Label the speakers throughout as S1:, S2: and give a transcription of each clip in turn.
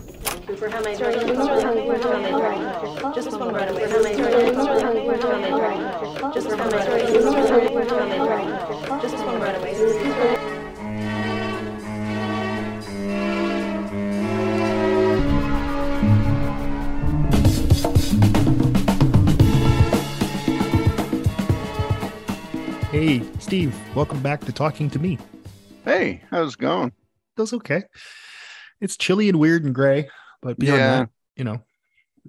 S1: We're how many dragons? We're how many dragons? Just one right away. We're how many dragons? We're how many dragons? Just one right away. We're how many dragons? Just one right away.
S2: Hey, Steve, welcome back to Talking to Me.
S3: Hey, how's it going?
S2: That's okay. It's chilly and weird and gray, but beyond
S3: Yeah.
S2: that, you know,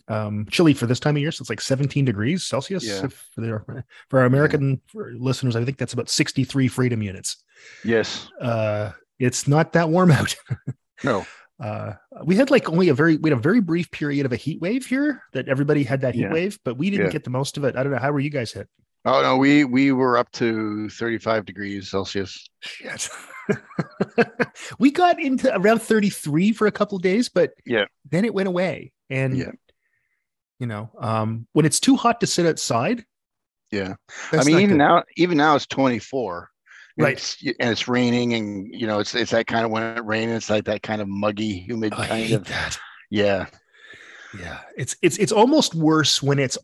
S2: um, chilly for this time of year, so it's like 17 degrees Celsius.
S3: Yeah.
S2: If they're- for our American for listeners, I think that's about 63 freedom units.
S3: Yes.
S2: Uh, it's not that warm out.
S3: No.
S2: Uh, we had like only a very we had a very brief period of a heat wave here that everybody had that heat
S3: Yeah.
S2: wave, but we didn't
S3: Yeah.
S2: get the most of it. I don't know how were you guys hit.
S3: Oh no, we we were up to 35 degrees Celsius.
S2: Shit. we got into around 33 for a couple of days, but
S3: Yeah.
S2: then it went away. And
S3: Yeah.
S2: you know, um, when it's too hot to sit outside,
S3: Yeah. I
S2: that's
S3: mean,
S2: not
S3: even
S2: good.
S3: now, even now it's 24. and
S2: Right.
S3: It's, and it's raining, and you know, it's it's that kind of when it rains, it's like that kind of muggy, humid
S2: Oh, I
S3: kind
S2: hate
S3: of.
S2: that.
S3: Yeah.
S2: Yeah. It's it's it's almost worse when it's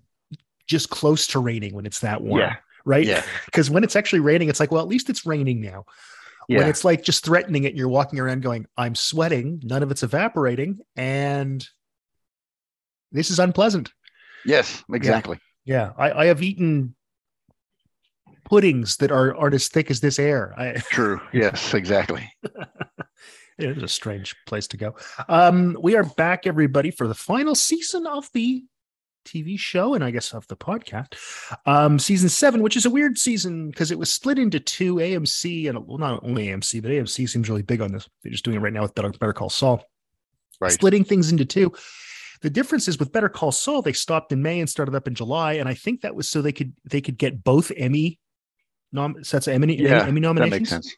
S2: just close to raining when it's that warm.
S3: Yeah.
S2: Right.
S3: Yeah.
S2: Because when it's actually raining, it's like, well, at least it's raining now. When
S3: Yeah.
S2: it's like just threatening it, you're walking around going, I'm sweating, none of it's evaporating, and this is unpleasant.
S3: Yes. Exactly.
S2: Yeah, I, I have eaten puddings that are, are as thick as this air. I,
S3: True. Yes. Exactly.
S2: it's a strange place to go. Um, we are back, everybody, for the final season of the TV show and I guess of the podcast. Um, season seven, which is a weird season because it was split into two AMC and well, not only AMC, but AMC seems really big on this. They're just doing it right now with Better, Better Call Saul.
S3: Right.
S2: Splitting things into two. The difference is with Better Call Saul, they stopped in May and started up in July, and I think that was so they could they could get both Emmy nom- sets of Emmy,
S3: Yeah,
S2: Emmy
S3: That
S2: nominations.
S3: makes sense.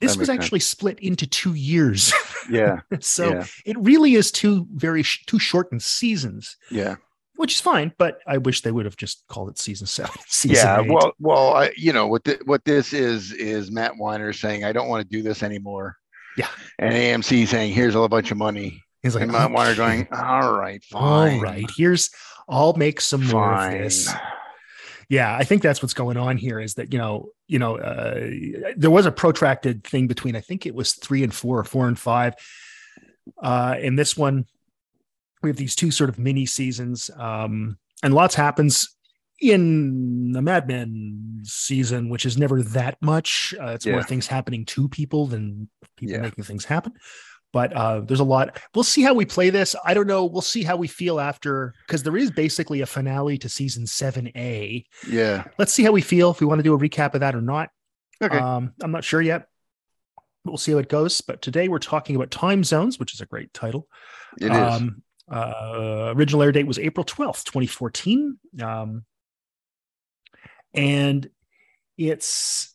S2: This
S3: That
S2: was
S3: makes sense.
S2: actually split into two years,
S3: Yeah.
S2: so
S3: yeah.
S2: it really is two very sh- two shortened seasons,
S3: Yeah.
S2: which is fine. But I wish they would have just called it season seven. Season
S3: Yeah.
S2: eight.
S3: Well, well, I, you know what? thi- what this is is Matt Weiner saying, "I don't want to do this anymore."
S2: Yeah.
S3: And AMC saying, "Here's a whole bunch of money."
S2: he's like,
S3: and Matt Weiner
S2: "Okay,
S3: going, "All right, fine,
S2: all right, here's I'll make some more of
S3: fine."
S2: this. yeah i think that's what's going on here is that you know you know uh, there was a protracted thing between i think it was three and four or four and five uh in this one we have these two sort of mini seasons um and lots happens in the Mad Men season, which is never that much, uh, it's more
S3: Yeah.
S2: things happening to people than people
S3: Yeah.
S2: making things happen. But uh, there's a lot. We'll see how we play this. I don't know. We'll see how we feel after, because there is basically a finale to season seven A,
S3: Yeah.
S2: let's see how we feel if we want to do a recap of that or not.
S3: Okay.
S2: Um, I'm not sure yet. but We'll see how it goes. But today we're talking about time zones, which is a great title.
S3: it is.
S2: Um, uh, original air date was April 12th, 2014. Um, and it's,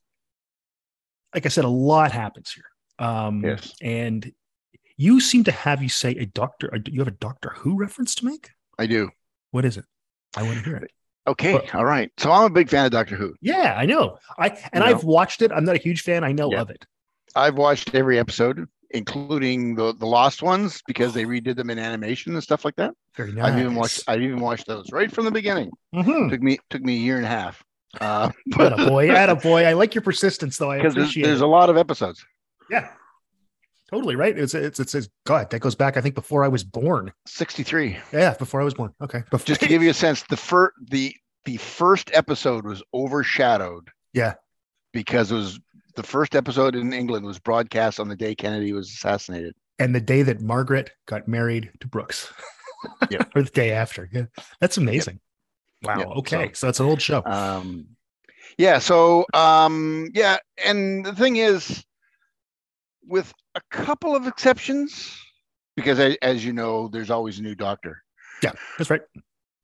S2: like I said, a lot happens here. Um,
S3: Yes.
S2: And you seem to have, you say, a doctor, you have a Doctor Who reference to make?
S3: I do.
S2: What is it? I want to hear it.
S3: Okay.
S2: But-
S3: all right. So I'm a big fan of Doctor Who.
S2: Yeah, I know. I and
S3: You know?
S2: I've watched it. I'm not a huge fan. I know
S3: Yeah.
S2: of it.
S3: I've watched every episode, including the the lost ones because they redid them in animation and stuff like that.
S2: Very nice.
S3: I've even watched. I've even watched those right from the beginning.
S2: Mhm.
S3: Took me took me a year and a half. Uh,
S2: Attaboy, attaboy. I like your persistence, though. I
S3: because there's,
S2: appreciate
S3: there's
S2: it.
S3: a lot of episodes.
S2: yeah, totally right. It's it's it's it's- God. That goes back. I think before I was born.
S3: 63.
S2: Yeah, before I was born. Okay. Before,
S3: Just to give you a sense, the first the the first episode was overshadowed.
S2: Yeah.
S3: Because it was the first episode in England was broadcast on the day Kennedy was assassinated.
S2: and the day that Margaret got married to Brooks.
S3: Yeah.
S2: or the day after. Yeah, that's amazing. Wow.
S3: Yeah,
S2: okay, so, that's an old show.
S3: Um yeah, so um yeah, and the thing is with a couple of exceptions because I, as you know, there's always a new doctor.
S2: that's right.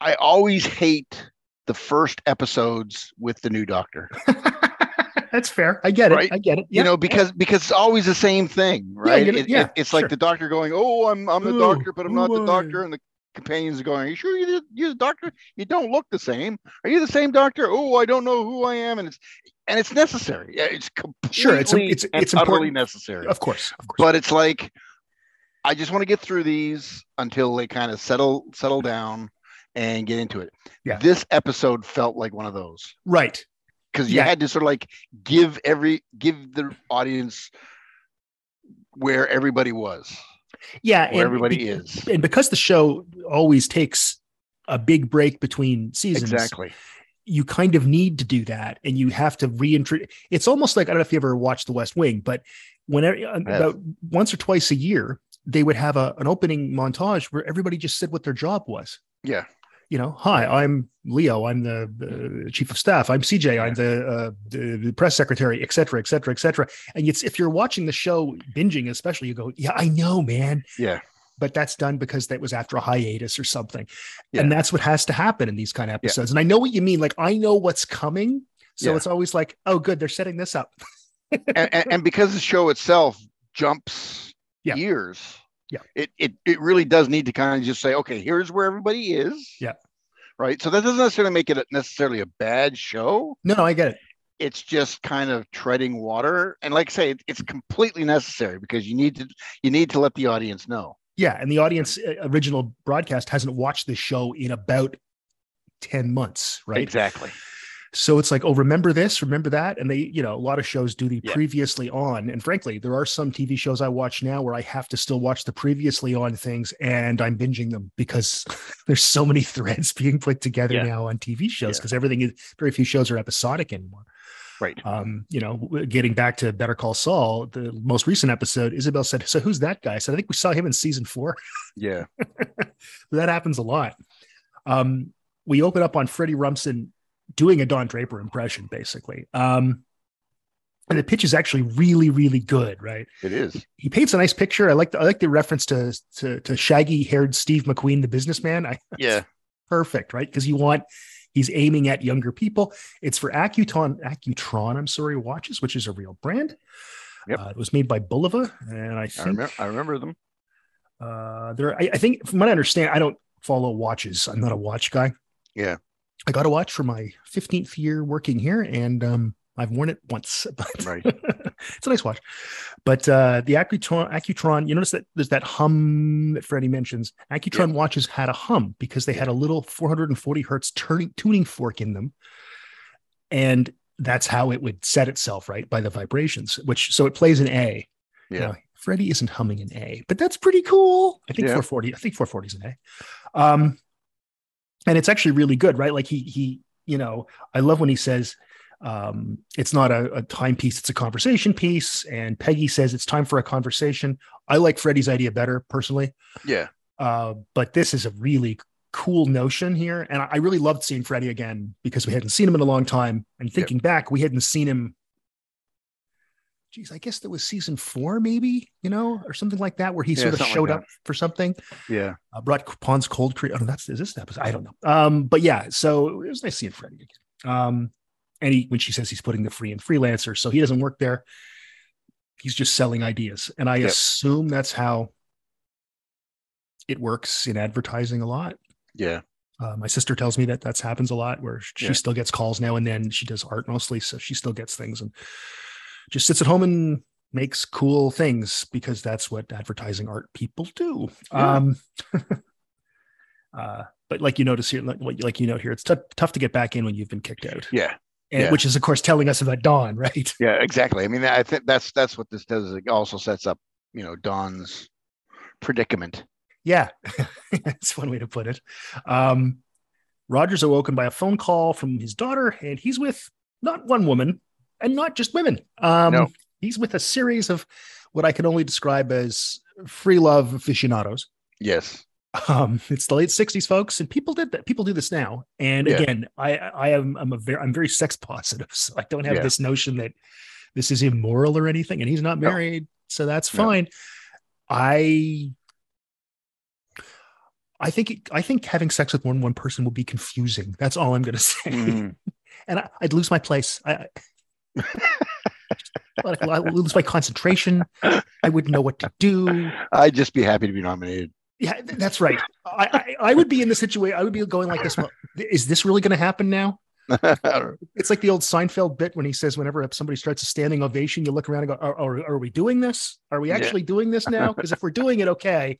S3: I always hate the first episodes with the new doctor.
S2: that's fair. I get it.
S3: Right?
S2: I get it.
S3: you know because because it's always the same thing right
S2: you know,
S3: It- it-
S2: yeah,
S3: it's
S2: sure.
S3: like the doctor going oh i'm i'm the
S2: Ooh,
S3: doctor but i'm not
S2: ooh,
S3: the
S2: I-
S3: doctor and the companions are going are you sure you're the, you're the doctor you don't look the same are you the same doctor oh i don't know who i am and it's and it's necessary Yeah, it's completely
S2: Sure, it's- it's-
S3: and
S2: it's
S3: utterly
S2: important.
S3: necessary
S2: of course. Of course.
S3: but it's like I just want to get through these until they kind of settle settle down and get into it.
S2: Yeah.
S3: This episode felt like one of those
S2: Right.
S3: because you
S2: Yeah.
S3: had to sort of like give every give the audience where everybody was,
S2: Yeah.
S3: where
S2: and
S3: everybody
S2: be-
S3: is.
S2: And because the show always takes a big break between seasons,
S3: Exactly.
S2: you kind of need to do that and you have to reintroduce it's almost like i don't know if you ever watched the west wing but whenever uh, about once or twice a year they would have a, an opening montage where everybody just said what their job was
S3: Yeah.
S2: you know hi i'm leo i'm the uh, chief of staff i'm cj i'm the, uh, the the press secretary et cetera et cetera et cetera and it's if you're watching the show binging especially you go yeah i know man
S3: Yeah.
S2: but that's done because that was after a hiatus or something.
S3: Yeah.
S2: And that's what has to happen in these kind of
S3: Yeah.
S2: episodes. And I know what you mean. Like I know what's coming. So
S3: Yeah.
S2: it's always like, oh, good, they're setting this up.
S3: and, and, and because the show itself jumps
S2: Yeah.
S3: years,
S2: Yeah.
S3: it, it it really does need to kind of just say, okay, here's where everybody is.
S2: Yeah.
S3: Right. So that doesn't necessarily make it a- necessarily a bad show.
S2: No, no, I get it.
S3: It's just kind of treading water. And like I say, it, it's completely necessary because you need to you need to let the audience know.
S2: Yeah. And the audience uh, original broadcast hasn't watched this show in about 10 months, right?
S3: Exactly.
S2: So it's like, oh, remember this, remember that. And they, you know, a lot of shows do the
S3: Yeah.
S2: previously on. And frankly, there are some TV shows I watch now where I have to still watch the previously on things and I'm binging them because there's so many threads being put together
S3: Yeah.
S2: now on TV shows
S3: Yeah.
S2: because everything is very few shows are episodic anymore.
S3: Right.
S2: Um, you know, w- getting back to Better Call Saul, the most recent episode, Isabel said, So who's that guy? I said, I think we saw him in season four
S3: Yeah.
S2: that happens a lot. Um, we open up on Freddie Rumsen doing a Don Draper impression, basically. Um, and the pitch is actually really, really good, right?
S3: It is.
S2: He paints a nice picture. I like the I like the reference to to, to shaggy haired Steve McQueen, the businessman. I
S3: Yeah.
S2: perfect, right? Because you want he's aiming at younger people. It's for Accutron, Accutron, I'm sorry, watches, which is a real brand.
S3: Yep.
S2: Uh, it was made by Bulova, and I
S3: I
S2: think
S3: remember I remember them.
S2: uh there I, I think from what i understand i don't follow watches i'm not a watch guy
S3: Yeah.
S2: i got a watch for my 15th year working here and um i've worn it once but
S3: Right.
S2: it's a nice watch but uh the accutron accutron you notice that there's that hum that freddie mentions accutron watches had a hum because they had a little 440 hertz turning tuning fork in them and that's how it would set itself right by the vibrations which so it plays an a
S3: Yeah.
S2: now, Freddie isn't humming an A, but that's pretty cool. I think
S3: Yeah.
S2: 440. I think 440 is an A. Um, and it's actually really good, right? Like he he, you know, I love when he says um, it's not a, a timepiece, it's a conversation piece. And Peggy says it's time for a conversation. I like Freddie's idea better personally,
S3: Yeah.
S2: uh, but this is a really cool notion here, and I, I really loved seeing Freddie again because we hadn't seen him in a long time. And thinking back, we hadn't seen him geez, I guess that was season four, maybe, you know, or something like that, where he
S3: Yeah,
S2: sort of
S3: something like
S2: showed
S3: that.
S2: up for something.
S3: Yeah.
S2: Uh, brought Pond's Cold Creek. Oh, no, that's is this the episode? I don't know. Um, but yeah, so it was nice seeing Freddie again. Um, and he, when she says he's putting the free and freelancer, so he doesn't work there. He's just selling ideas, and I
S3: Yep.
S2: assume that's how it works in advertising a lot.
S3: Yeah.
S2: Uh, my sister tells me that that's happens a lot where she
S3: Yeah.
S2: still gets calls now and then. She does art mostly, so she still gets things and just sits at home and makes cool things because that's what advertising art people do.
S3: Yeah.
S2: Um, uh, but like you notice here, like, what- like you know here, it's tough tough to get back in when you've been kicked out,
S3: Yeah.
S2: and,
S3: yeah.
S2: which is of course telling us about Dawn, right?
S3: Yeah, exactly. I mean, I think that's that's what this does. is It also sets up, you know, Don's predicament.
S2: Yeah, that's one way to put it. Um, Roger's awoken by a phone call from his daughter, and he's with not one woman and not just women. Um,
S3: No.
S2: He's with a series of what I can only describe as free love aficionados.
S3: Yes.
S2: Um, it's the late '60s, folks, and people did that. People do this now. And
S3: Yeah.
S2: again, I I am I'm a very I'm very sex positive, so I don't have
S3: Yeah.
S2: this notion that this is immoral or anything. And he's not
S3: No.
S2: married, so that's
S3: No.
S2: fine. I I think it, I think having sex with more than one person will be confusing. That's all I'm going to say,
S3: Mm.
S2: and I, I'd lose my place. I, I I would lose my concentration. I wouldn't know what to do.
S3: I'd just be happy to be nominated.
S2: Yeah, th- that's right. I, I I would be in the situation. I would be going like this. Well, th- is this really going to happen now? It's like the old Seinfeld bit when he says, whenever somebody starts a standing ovation, you look around and go, are, are, are we doing this? Are we
S3: Yeah.
S2: actually doing this now? Because if we're doing it, okay.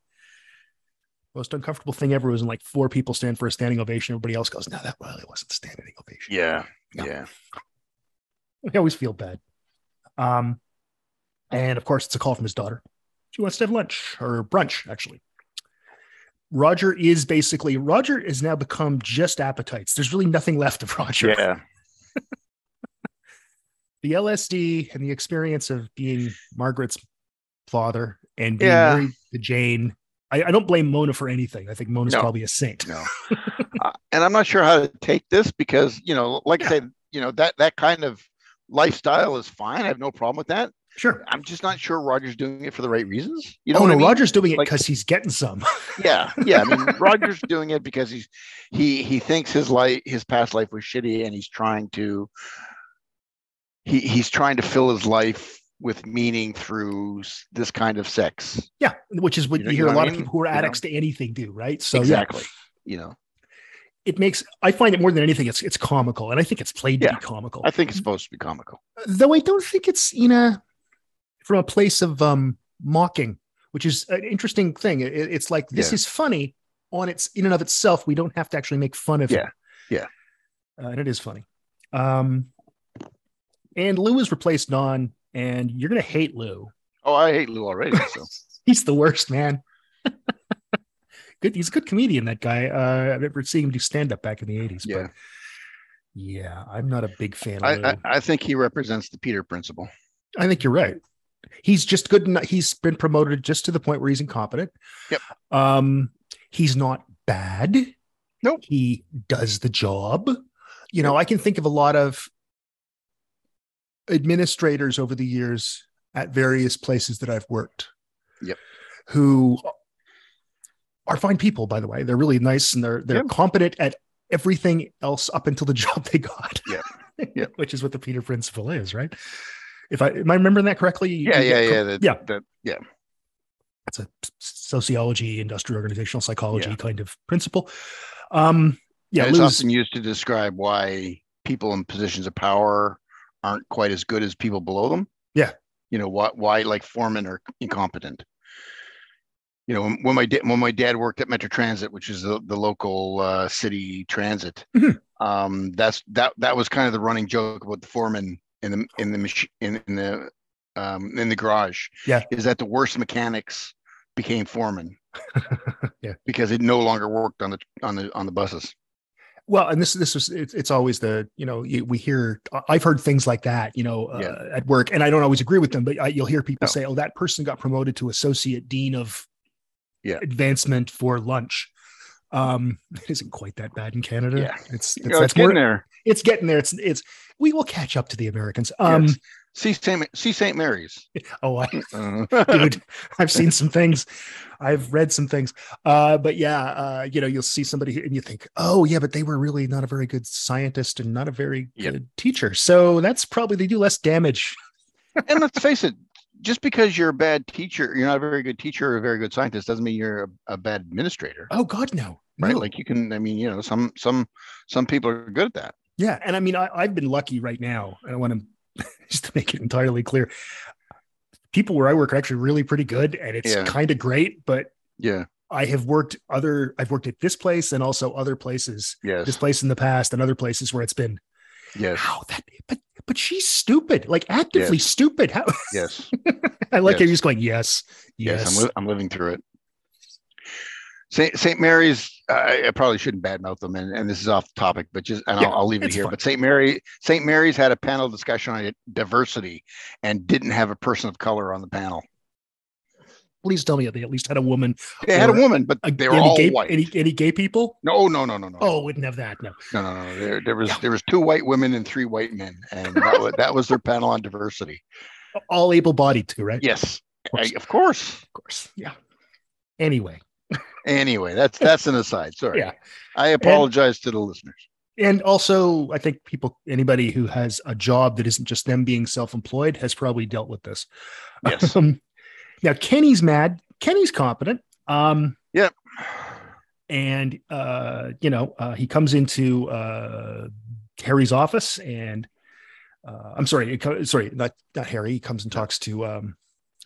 S2: Most uncomfortable thing ever was when like four people stand for a standing ovation. Everybody else goes, no, that really wasn't a standing ovation.
S3: yeah.
S2: No.
S3: Yeah.
S2: I always feel bad. Um, and of course, it's a call from his daughter. She wants to have lunch or brunch, actually. Roger is basically Roger has now become just appetites. There's really nothing left of Roger.
S3: Yeah.
S2: The LSD and the experience of being Margaret's father and being
S3: Yeah.
S2: married to Jane. I, I don't blame Mona for anything. I think Mona's
S3: No.
S2: probably a saint.
S3: No. Uh, and I'm not sure how to take this because, you know, like I
S2: Yeah.
S3: said, you know, that that kind of lifestyle is fine. I have no problem with that.
S2: Sure.
S3: I'm just not sure Roger's doing it for the right reasons. You know
S2: oh
S3: what
S2: no,
S3: I mean?
S2: Roger's doing it
S3: Like-
S2: because he's getting some.
S3: Yeah, yeah. I mean, Roger's doing it because he's he he thinks his life his past life was shitty, and he's trying to he he's trying to fill his life with meaning through s- this kind of sex.
S2: yeah, which is what
S3: You
S2: you,
S3: know- you
S2: hear
S3: know
S2: a
S3: what I
S2: lot of
S3: mean?
S2: people who are
S3: You know?
S2: addicts to anything do, right? So yeah,
S3: exactly. You know,
S2: it makes I find it more than anything. It's it's comical, and I think it's played to
S3: Yeah.
S2: be comical.
S3: I think it's supposed to be comical.
S2: Though I don't think it's in a from a place of um mocking, which is an interesting thing. It- it's like this
S3: Yeah.
S2: is funny on its in and of itself. We don't have to actually make fun of
S3: Yeah.
S2: it.
S3: Yeah.
S2: uh, and it is funny. Um, and Lou is replaced Don, and you're gonna hate Lou.
S3: Oh, I hate Lou already. So
S2: He's the worst man. good, he's a good comedian. That guy. Uh, I remember seeing him do stand up back in the '80s.
S3: Yeah.
S2: but yeah, I'm not a big fan. Of
S3: I,
S2: Lou.
S3: I I think he represents the Peter principle.
S2: I think you're right. He's just good enough. He's been promoted just to the point where he's incompetent.
S3: Yep.
S2: Um, he's not bad.
S3: Nope.
S2: He does the job. You know, I can think of a lot of administrators over the years at various places that I've worked.
S3: Yep.
S2: Who are fine people, by the way. They're really nice and they're they're
S3: Yep.
S2: competent at everything else up until the job they got.
S3: Yep.
S2: Yeah. Which is what the Peter principle is, right? If I am I remembering that correctly? You
S3: Yeah, yeah,
S2: get
S3: yeah. That,
S2: uh, yeah.
S3: That,
S2: it's a sociology, industrial organizational psychology
S3: Yeah.
S2: kind of principle. Um, yeah,
S3: and it's
S2: Lou's,
S3: often used to describe why people in positions of power aren't quite as good as people below them.
S2: Yeah.
S3: You know why? Why like foremen are incompetent. You know, when, when my dad when my dad worked at Metro Transit, which is the, the local uh, city transit,
S2: Mhm.
S3: um, that's that that was kind of the running joke about the foreman in the in the machine in, in the um, in the garage.
S2: Yeah.
S3: is that the worst mechanics became foremen?
S2: Yeah.
S3: because it no longer worked on the on the on the buses.
S2: well, and this this is it's, it's always the you know you, we hear I've heard things like that you know uh, at work, and I don't always agree with them, but I, you'll hear
S3: No.
S2: people say, "Oh, that person got promoted to associate dean of
S3: Yeah.
S2: advancement for lunch." Um, it isn't quite that bad in Canada.
S3: Yeah.
S2: It's it's,
S3: Oh,
S2: that's
S3: it's getting
S2: more,
S3: there.
S2: it's getting there. It's it's we will catch up to the Americans. Um,
S3: Yes. See St. See St. Mary's.
S2: oh, I,
S3: Uh-huh.
S2: dude. I've seen some things, I've read some things, uh, but yeah, uh, you know, you'll see somebody who- and you think, oh yeah, but they were really not a very good scientist and not a very
S3: Yep.
S2: good teacher, so that's probably they do less damage.
S3: and let's face it, just because you're a bad teacher, you're not a very good teacher or a very good scientist, doesn't mean you're a, a bad administrator,
S2: Oh God, no,
S3: right?
S2: No.
S3: Like you can, I mean, you know, some some some people are good at that.
S2: yeah, and I mean, I, I've been lucky right now. I want to just to make it entirely clear. People where I work are actually really pretty good, and it's
S3: Yeah.
S2: kind of great. But
S3: Yeah.
S2: I have worked other, I've worked at this place and also other places,
S3: Yes.
S2: this place in the past, and other places where it's been
S3: yes.
S2: How that? But but she's stupid, like actively stupid. How?
S3: Yes.
S2: I like
S3: Yes.
S2: how you're just going. Yes,
S3: Yes.
S2: yes.
S3: I'm, li- I'm living through it. St. St. Mary's, I, I probably shouldn't badmouth them, and, and this is off topic, but just and
S2: Yeah,
S3: I'll, I'll leave it
S2: it's
S3: here.
S2: fine.
S3: But St. Mary, St. Mary's had a panel discussion on diversity, and didn't have a person of color on the panel.
S2: Please tell me that they at least had a woman.
S3: They had a
S2: Or
S3: woman, but
S2: A,
S3: they were
S2: any
S3: all
S2: gay,
S3: white.
S2: Any any gay people?
S3: no, no, no, no, no.
S2: Oh, wouldn't have that. No.
S3: no, no, no. There, there was
S2: Yeah.
S3: there was two white women and three white men, and that was, that was their panel on diversity.
S2: All able-bodied too, right?
S3: Yes,
S2: Of course.
S3: I- of course.
S2: Of course. Yeah. Anyway,
S3: Anyway, that's that's an aside. Sorry.
S2: Yeah.
S3: I apologize to the listeners.
S2: and also I think people, anybody who has a job that isn't just them being self-employed, has probably dealt with this.
S3: Yes.
S2: Um, now Kenny's mad. Kenny's competent. Um, and uh, you know uh, he comes into uh, Harry's office, and uh, I'm sorry, it co- sorry, not not Harry. He comes and talks to um,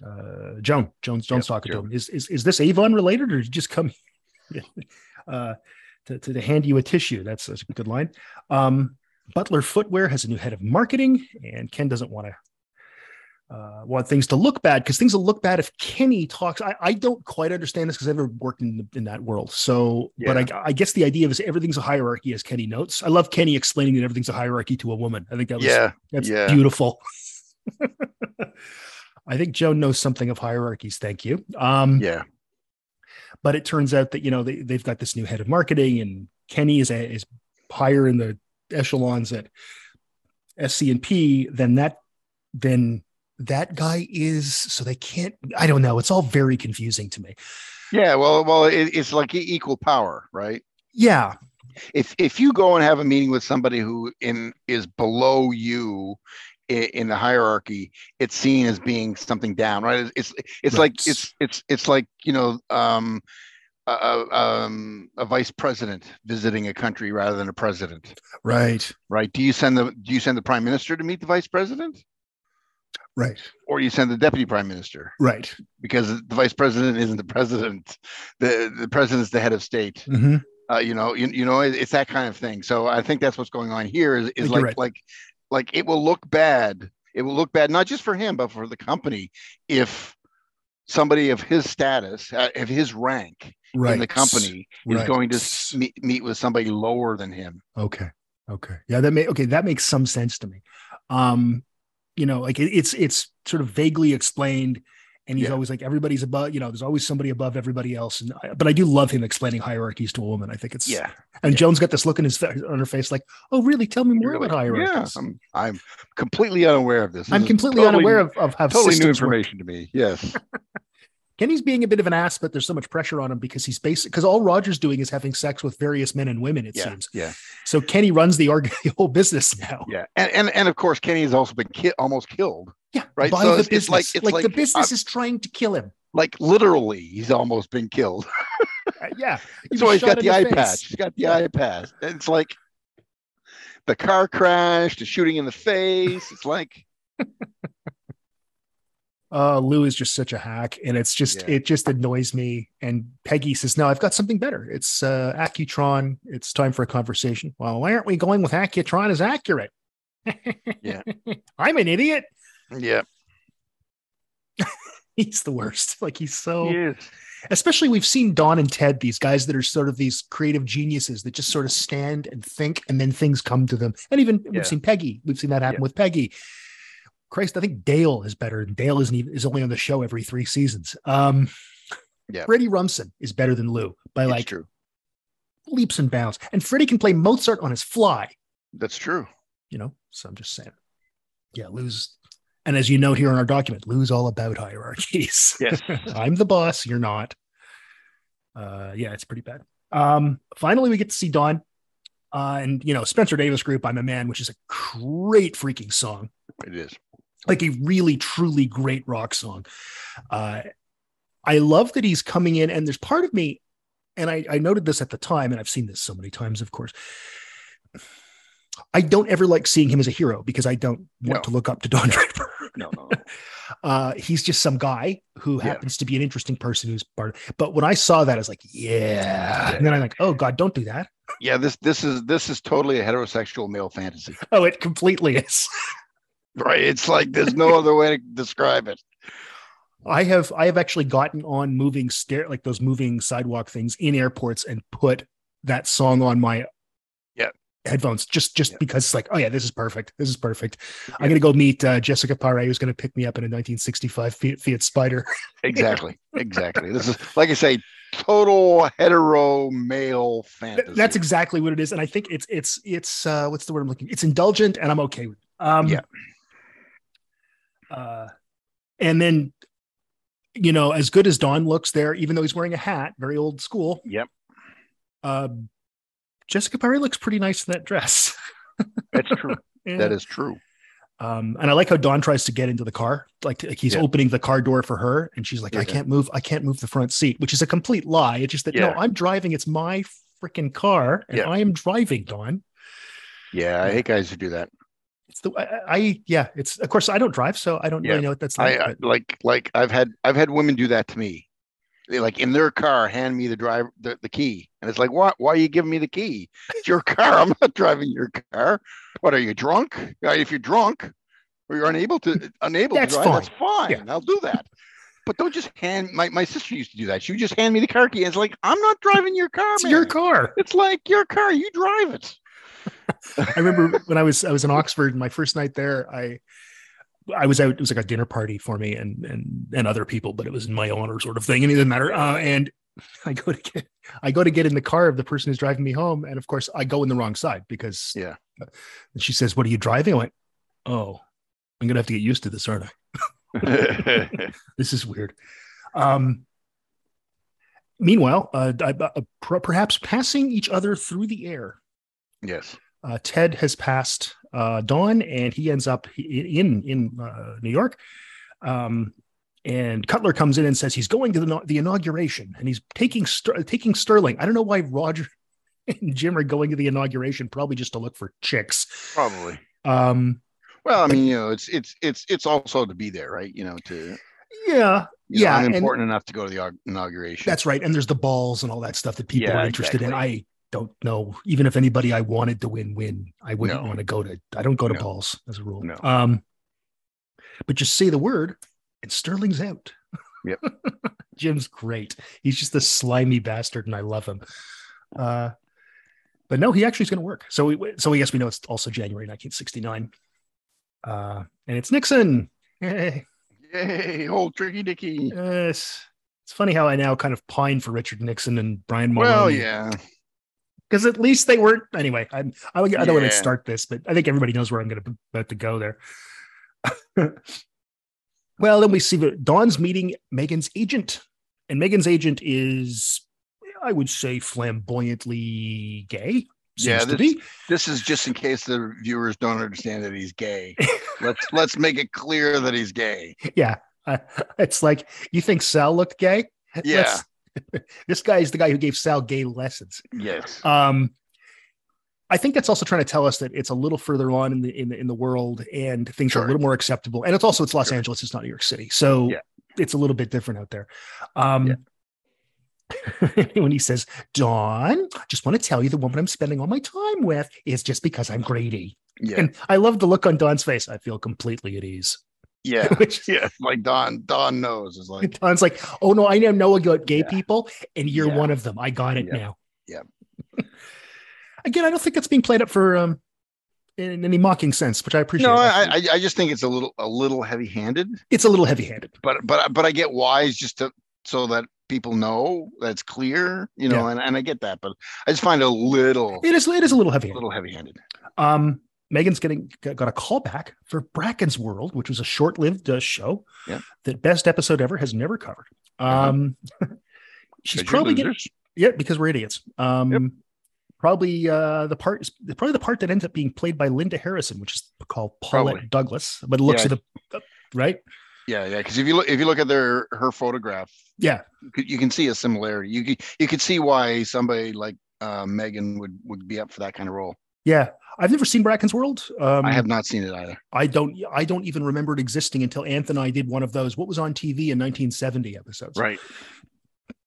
S2: uh, Joan. Joan's Joan's
S3: Yeah,
S2: talking to
S3: Joan.
S2: him. Is, is is this Avon related, or did you just come here, uh, to to to hand you a tissue? That's, that's a good line. Um, Butler Footwear has a new head of marketing, and Ken doesn't want to. Uh, want things to look bad because things will look bad if Kenny talks. I, I don't quite understand this because I've never worked in, in that world. So, but I, I guess the idea is everything's a hierarchy, as Kenny notes. I love Kenny explaining that everything's a hierarchy to a woman. I think that was
S3: yeah,
S2: that's
S3: Yeah.
S2: beautiful. I think Joan knows something of hierarchies. Thank you. Um,
S3: yeah,
S2: But it turns out that you know they, they've got this new head of marketing, and Kenny is a, is higher in the echelons at SC and P than that than that guy is. So they can't. I don't know. It's all very confusing to me.
S3: yeah. Well, well, it, it's like e- equal power, right?
S2: Yeah,
S3: If if you go and have a meeting with somebody who in is below you in, in the hierarchy, it's seen as being something down, right? It's it's
S2: Right.
S3: like it's it's it's like you know. Um, a, a- um, a vice president visiting a country rather than a president,
S2: right,
S3: right? Do you send the do you send the prime minister to meet the vice president,
S2: right,
S3: or you send the deputy prime minister?
S2: right.
S3: because the vice president isn't the president. The the president's the head of state.
S2: Mm-hmm.
S3: Uh, you know, you, you know, it- it's that kind of thing. So I think that's what's going on here is, is
S2: think
S3: like
S2: you're right.
S3: like like it will look bad. It will look bad not just for him but for the company if somebody of his status, uh, of his rank
S2: Right.
S3: in the company,
S2: Right.
S3: is going to s- meet, meet with somebody lower than him.
S2: Okay. Okay. Yeah, that may okay, that makes some sense to me. Um, you know, like it, it's it's sort of vaguely explained and he's
S3: Yeah.
S2: always like everybody's above, you know, there's always somebody above everybody else and I, but I do love him explaining hierarchies to a woman. I think it's
S3: Yeah,
S2: And
S3: yeah.
S2: Joan's got this look in his fa- on her face like, "Oh, really? Tell me more
S3: Really.
S2: about
S3: yeah.
S2: hierarchies."
S3: I'm I'm completely unaware of this. This
S2: I'm
S3: is
S2: completely
S3: totally-
S2: unaware of, of how
S3: totally new
S2: systems work.
S3: information to me. Yes.
S2: Kenny's being a bit of an ass, but there's so much pressure on him because he's basic. Because all Roger's doing is having sex with various men and women. It
S3: Yeah,
S2: seems.
S3: yeah.
S2: So Kenny runs the, org- the whole business now.
S3: Yeah, and and, and of course, Kenny has also been ki- almost killed.
S2: Yeah,
S3: Right,
S2: By
S3: so
S2: the
S3: it's- it's
S2: business,
S3: like-
S2: like,
S3: it's
S2: the
S3: like, uh,
S2: business is trying to kill him.
S3: Like literally, he's almost been killed.
S2: Uh, Yeah, He
S3: So
S2: was
S3: he's
S2: shot
S3: got
S2: in
S3: the eye
S2: face.
S3: patch. He's got the eye patch. And It's like the car crash, the shooting in the face. It's like
S2: Uh, Lou is just such a hack, and it's just
S3: Yeah.
S2: it just annoys me. And Peggy says, "No, I've got something better. It's uh, Accutron. It's time for a conversation." Well, why aren't we going with Accutron is accurate?
S3: Yeah.
S2: I'm an idiot.
S3: yeah,
S2: He's the worst. Like he's so.
S3: yes,
S2: especially we've seen Don and Ted, these guys that are sort of these creative geniuses that just sort of stand and think, and then things come to them. And even
S3: Yeah.
S2: we've seen Peggy. We've seen that happen
S3: Yeah.
S2: with Peggy. Christ, I think Dale is better. Dale isn't even, is only on the show every three seasons. Um,
S3: Yeah.
S2: Freddie Rumsen is better than Lou by
S3: it's
S2: like
S3: true.
S2: leaps and bounds, and Freddie can play Mozart on his fly.
S3: That's true.
S2: You know, so I'm just saying, yeah, Lou's. And as you note here in our document, Lou's all about hierarchies.
S3: Yes,
S2: I'm the boss. You're not. Uh, yeah, it's pretty bad. Um, finally, we get to see Dawn. Uh, and you know Spencer Davis Group, "I'm a Man," which is a great freaking song,
S3: it is.
S2: like a really truly great rock song. Uh, I love that he's coming in, and there's part of me, and I, I noted this at the time, and I've seen this so many times, of course. I don't ever like seeing him as a hero because I don't want
S3: No.
S2: to look up to Don Draper
S3: No, no, no.
S2: uh he's just some guy who
S3: Yeah.
S2: happens to be an interesting person who's part of, but when i saw that i was like yeah and then i'm like oh god don't do that
S3: yeah. This this is this is totally a heterosexual male fantasy,
S2: oh it completely is
S3: right? It's like there's no other way to describe it.
S2: i have i have actually gotten on moving stair like those moving sidewalk things in airports and put that song on my
S3: Yeah.
S2: headphones just just
S3: Yeah.
S2: because it's like oh yeah this is perfect this is perfect i'm gonna go meet uh, jessica Paré, who's gonna pick me up in a 1965 fiat, fiat spider
S3: Exactly, exactly. This is like I say, total hetero male
S2: Th-
S3: fantasy.
S2: that's exactly what it is and i think it's it's it's uh what's the word i'm looking it's indulgent and i'm okay with it. um
S3: Yeah.
S2: uh and then you know as good as don looks there even though he's wearing a hat very old school
S3: Yep.
S2: uh jessica perry looks pretty nice in that dress
S3: That's true. That is true.
S2: um and i like how don tries to get into the car like, like he's
S3: Yeah.
S2: opening the car door for her and she's like i
S3: Yeah.
S2: can't move i can't move the front seat which is a complete lie it's just that no
S3: Yeah.
S2: i'm driving it's my freaking car and
S3: Yeah.
S2: i am driving don
S3: Yeah, I hate guys who do that.
S2: It's the I, I yeah. It's of course I don't drive, so I don't
S3: Yeah.
S2: really know what that's
S3: I uh,
S2: like.
S3: I-
S2: but
S3: like like I've had I've had women do that to me. They like in their car hand me the drive the, the key. And it's like, why why are you giving me the key? It's your car. I'm not driving your car. What are you drunk? Uh, If you're drunk or you're unable to unable
S2: That's
S3: to drive, that's fine.
S2: Yeah.
S3: I'll do that. But don't just hand my, my sister used to do that. She would just hand me the car key. And it's like, I'm not driving your car,
S2: it's
S3: Oh, man.
S2: your car.
S3: It's like your car, you drive it.
S2: I remember when I was I was in Oxford and my first night there, I I was out. It was like a dinner party for me and and and other people, but it was in my honor sort of thing. And it didn't matter. Uh, and I go to get I go to get in the car of the person who's driving me home, and of course I go in the wrong side because
S3: Yeah.
S2: And she says, "What are you driving?" I went, "Oh, I'm gonna have to get used to this, aren't I? This is weird." Um. Meanwhile, uh, I, uh, per- perhaps passing each other through the air
S3: yes.
S2: uh, Ted has passed uh, Dawn, and he ends up i- in in uh, New York. Um, and Cutler comes in and says he's going to the, no- the inauguration, and he's taking Ster- taking Sterling. I don't know why Roger and Jim are going to the inauguration, probably just to look for chicks.
S3: Probably.
S2: Um,
S3: Well, I mean, you know, it's it's it's it's also to be there, right? You know, to
S2: yeah,
S3: you know,
S2: Yeah,
S3: I'm
S2: and-
S3: important enough to go to the aug- inauguration.
S2: that's right. And there's the balls and all that stuff that people
S3: Yeah,
S2: are interested in. I don't know. Even if anybody I wanted to win win, I wouldn't
S3: No.
S2: want to go to. I don't go to
S3: No.
S2: balls as a rule.
S3: No.
S2: Um, but just say the word, and Sterling's out.
S3: Yep.
S2: Jim's great. He's just a slimy bastard, and I love him. Uh, but no, he actually is going to work. So, we, so yes, we know it's also January 1969, uh, and it's Nixon. Yay.
S3: Yay, old tricky dicky.
S2: Yes. It's funny how I now kind of pine for Richard Nixon and Brian Mulroney.
S3: Well, yeah,
S2: Because at least they weren't. Anyway, I'm, I, I don't want
S3: Yeah.
S2: to start this, but I think everybody knows where I'm going to about to go there. well, then we see that Dawn's meeting Megan's agent, and Megan's agent is, I would say, flamboyantly gay. Seems
S3: Yeah,
S2: to
S3: this-
S2: be.
S3: this is just in case the viewers don't understand that he's gay. let's let's make it clear that he's gay.
S2: Yeah, Uh, it's like you think Sal looked gay.
S3: Yeah.
S2: Let's- this guy is the guy who gave Sal gay lessons.
S3: Yes.
S2: Um, I think that's also trying to tell us that it's a little further on in the in the, in the world and things are
S3: Sure.
S2: a little more acceptable. And it's also it's Los
S3: Sure.
S2: Angeles, it's not New York City, so
S3: Yeah.
S2: it's a little bit different out there. Um, when he says, "Dawn, just want to tell you the woman I'm spending all my time with is just because I'm greedy,"
S3: Yeah.
S2: and I love the look on Dawn's face. I feel completely at ease.
S3: Yeah.
S2: Which
S3: Yeah. Like Don Don knows is like
S2: Dawn's like, "Oh no, I know know about gay
S3: Yeah.
S2: people, and you're
S3: Yeah.
S2: one of them. I got it
S3: Yeah.
S2: now."
S3: Yeah.
S2: Again, I don't think that's being played up for um, in any mocking sense, which I appreciate.
S3: no, I, I I just think it's a little a little heavy handed,
S2: it's a little heavy-handed.
S3: but but but I get why it's just to so that people know that's clear, you know, and, and I get that, but I just find it a little
S2: It is. It is a little heavy-handed.
S3: little heavy handed.
S2: Um, Megan's getting got a call back for Bracken's World, which was a short-lived uh, show.
S3: Yeah. Uh-huh.
S2: That best episode ever has never covered. Um, she's probably getting Yeah, because we're idiots. Um, Probably uh, the part, probably the part that ends up being played by Linda Harrison, which is called Paulette
S3: Probably.
S2: Douglas, but it looks
S3: Yeah.
S2: at the right.
S3: Yeah, yeah. Because if you look, if you look at their her photograph,
S2: Yeah,
S3: you could- you can see a similarity. You could, you could see why somebody like uh, Megan would would be up for that kind of role.
S2: yeah. I've never seen Bracken's World. Um,
S3: I have not seen it either.
S2: I don't. I don't even remember it existing until Anthony and I did one of those. What was on TV in 1970 episodes?
S3: Right.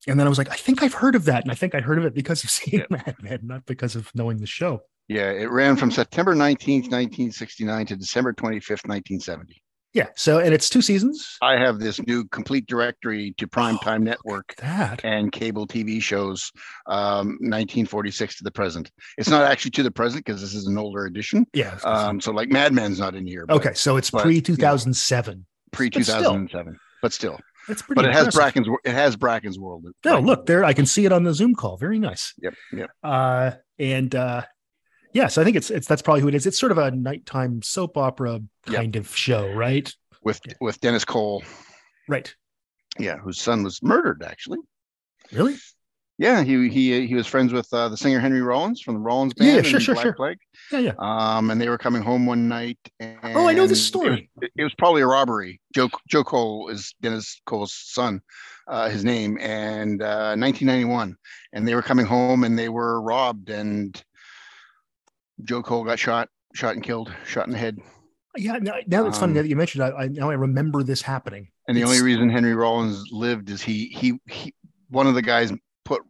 S2: And then I was like, I think I've heard of that, and I think I heard of it because of seeing
S3: Yeah.
S2: Mad Men, not because of knowing the show.
S3: Yeah, it ran from September nineteenth, nineteen sixty nine, to December twenty fifth, nineteen seventy.
S2: Yeah. So, and it's two seasons.
S3: I have this new complete directory to Primetime Network
S2: That.
S3: and cable TV shows, um, nineteen forty six to the present. It's not actually to the present because this is an older edition.
S2: Yeah.
S3: Um, so like Mad Men's not in here. but
S2: okay, so it's
S3: but, you know.
S2: pre 2007.
S3: Pre two
S2: But still.
S3: thousand and seven, but still.
S2: That's pretty.
S3: but it has
S2: impressive.
S3: Bracken's. Wor- It has Bracken's World.
S2: No,
S3: Bracken's
S2: look there. I can see it on the Zoom call. Very nice.
S3: Yep. Yep.
S2: Uh, and uh, yeah, so I think it's it's that's probably who it is. It's sort of a nighttime soap opera
S3: Yep.
S2: kind of show, right?
S3: With
S2: Yeah.
S3: with Dennis Cole.
S2: Right.
S3: Yeah, whose son was murdered actually.
S2: Really?
S3: Yeah, he he he was friends with uh, the singer Henry Rollins from the Rollins Band.
S2: Yeah, sure,
S3: and
S2: sure,
S3: Black
S2: sure.
S3: Plague.
S2: Yeah, yeah.
S3: Um, and they were coming home one night. And
S2: Oh, I know this
S3: it was-
S2: story.
S3: It, it was probably a robbery. Joe Joe Cole is Dennis Cole's son, uh, his name, and uh, 1991. And they were coming home and they were robbed and Joe Cole got shot, shot and killed, shot in the head.
S2: Yeah, now, now it's funny
S3: Um,
S2: now that you mentioned. it, I, I now I remember this happening.
S3: And the only
S2: It's-
S3: reason Henry Rollins lived is he he he one of the guys put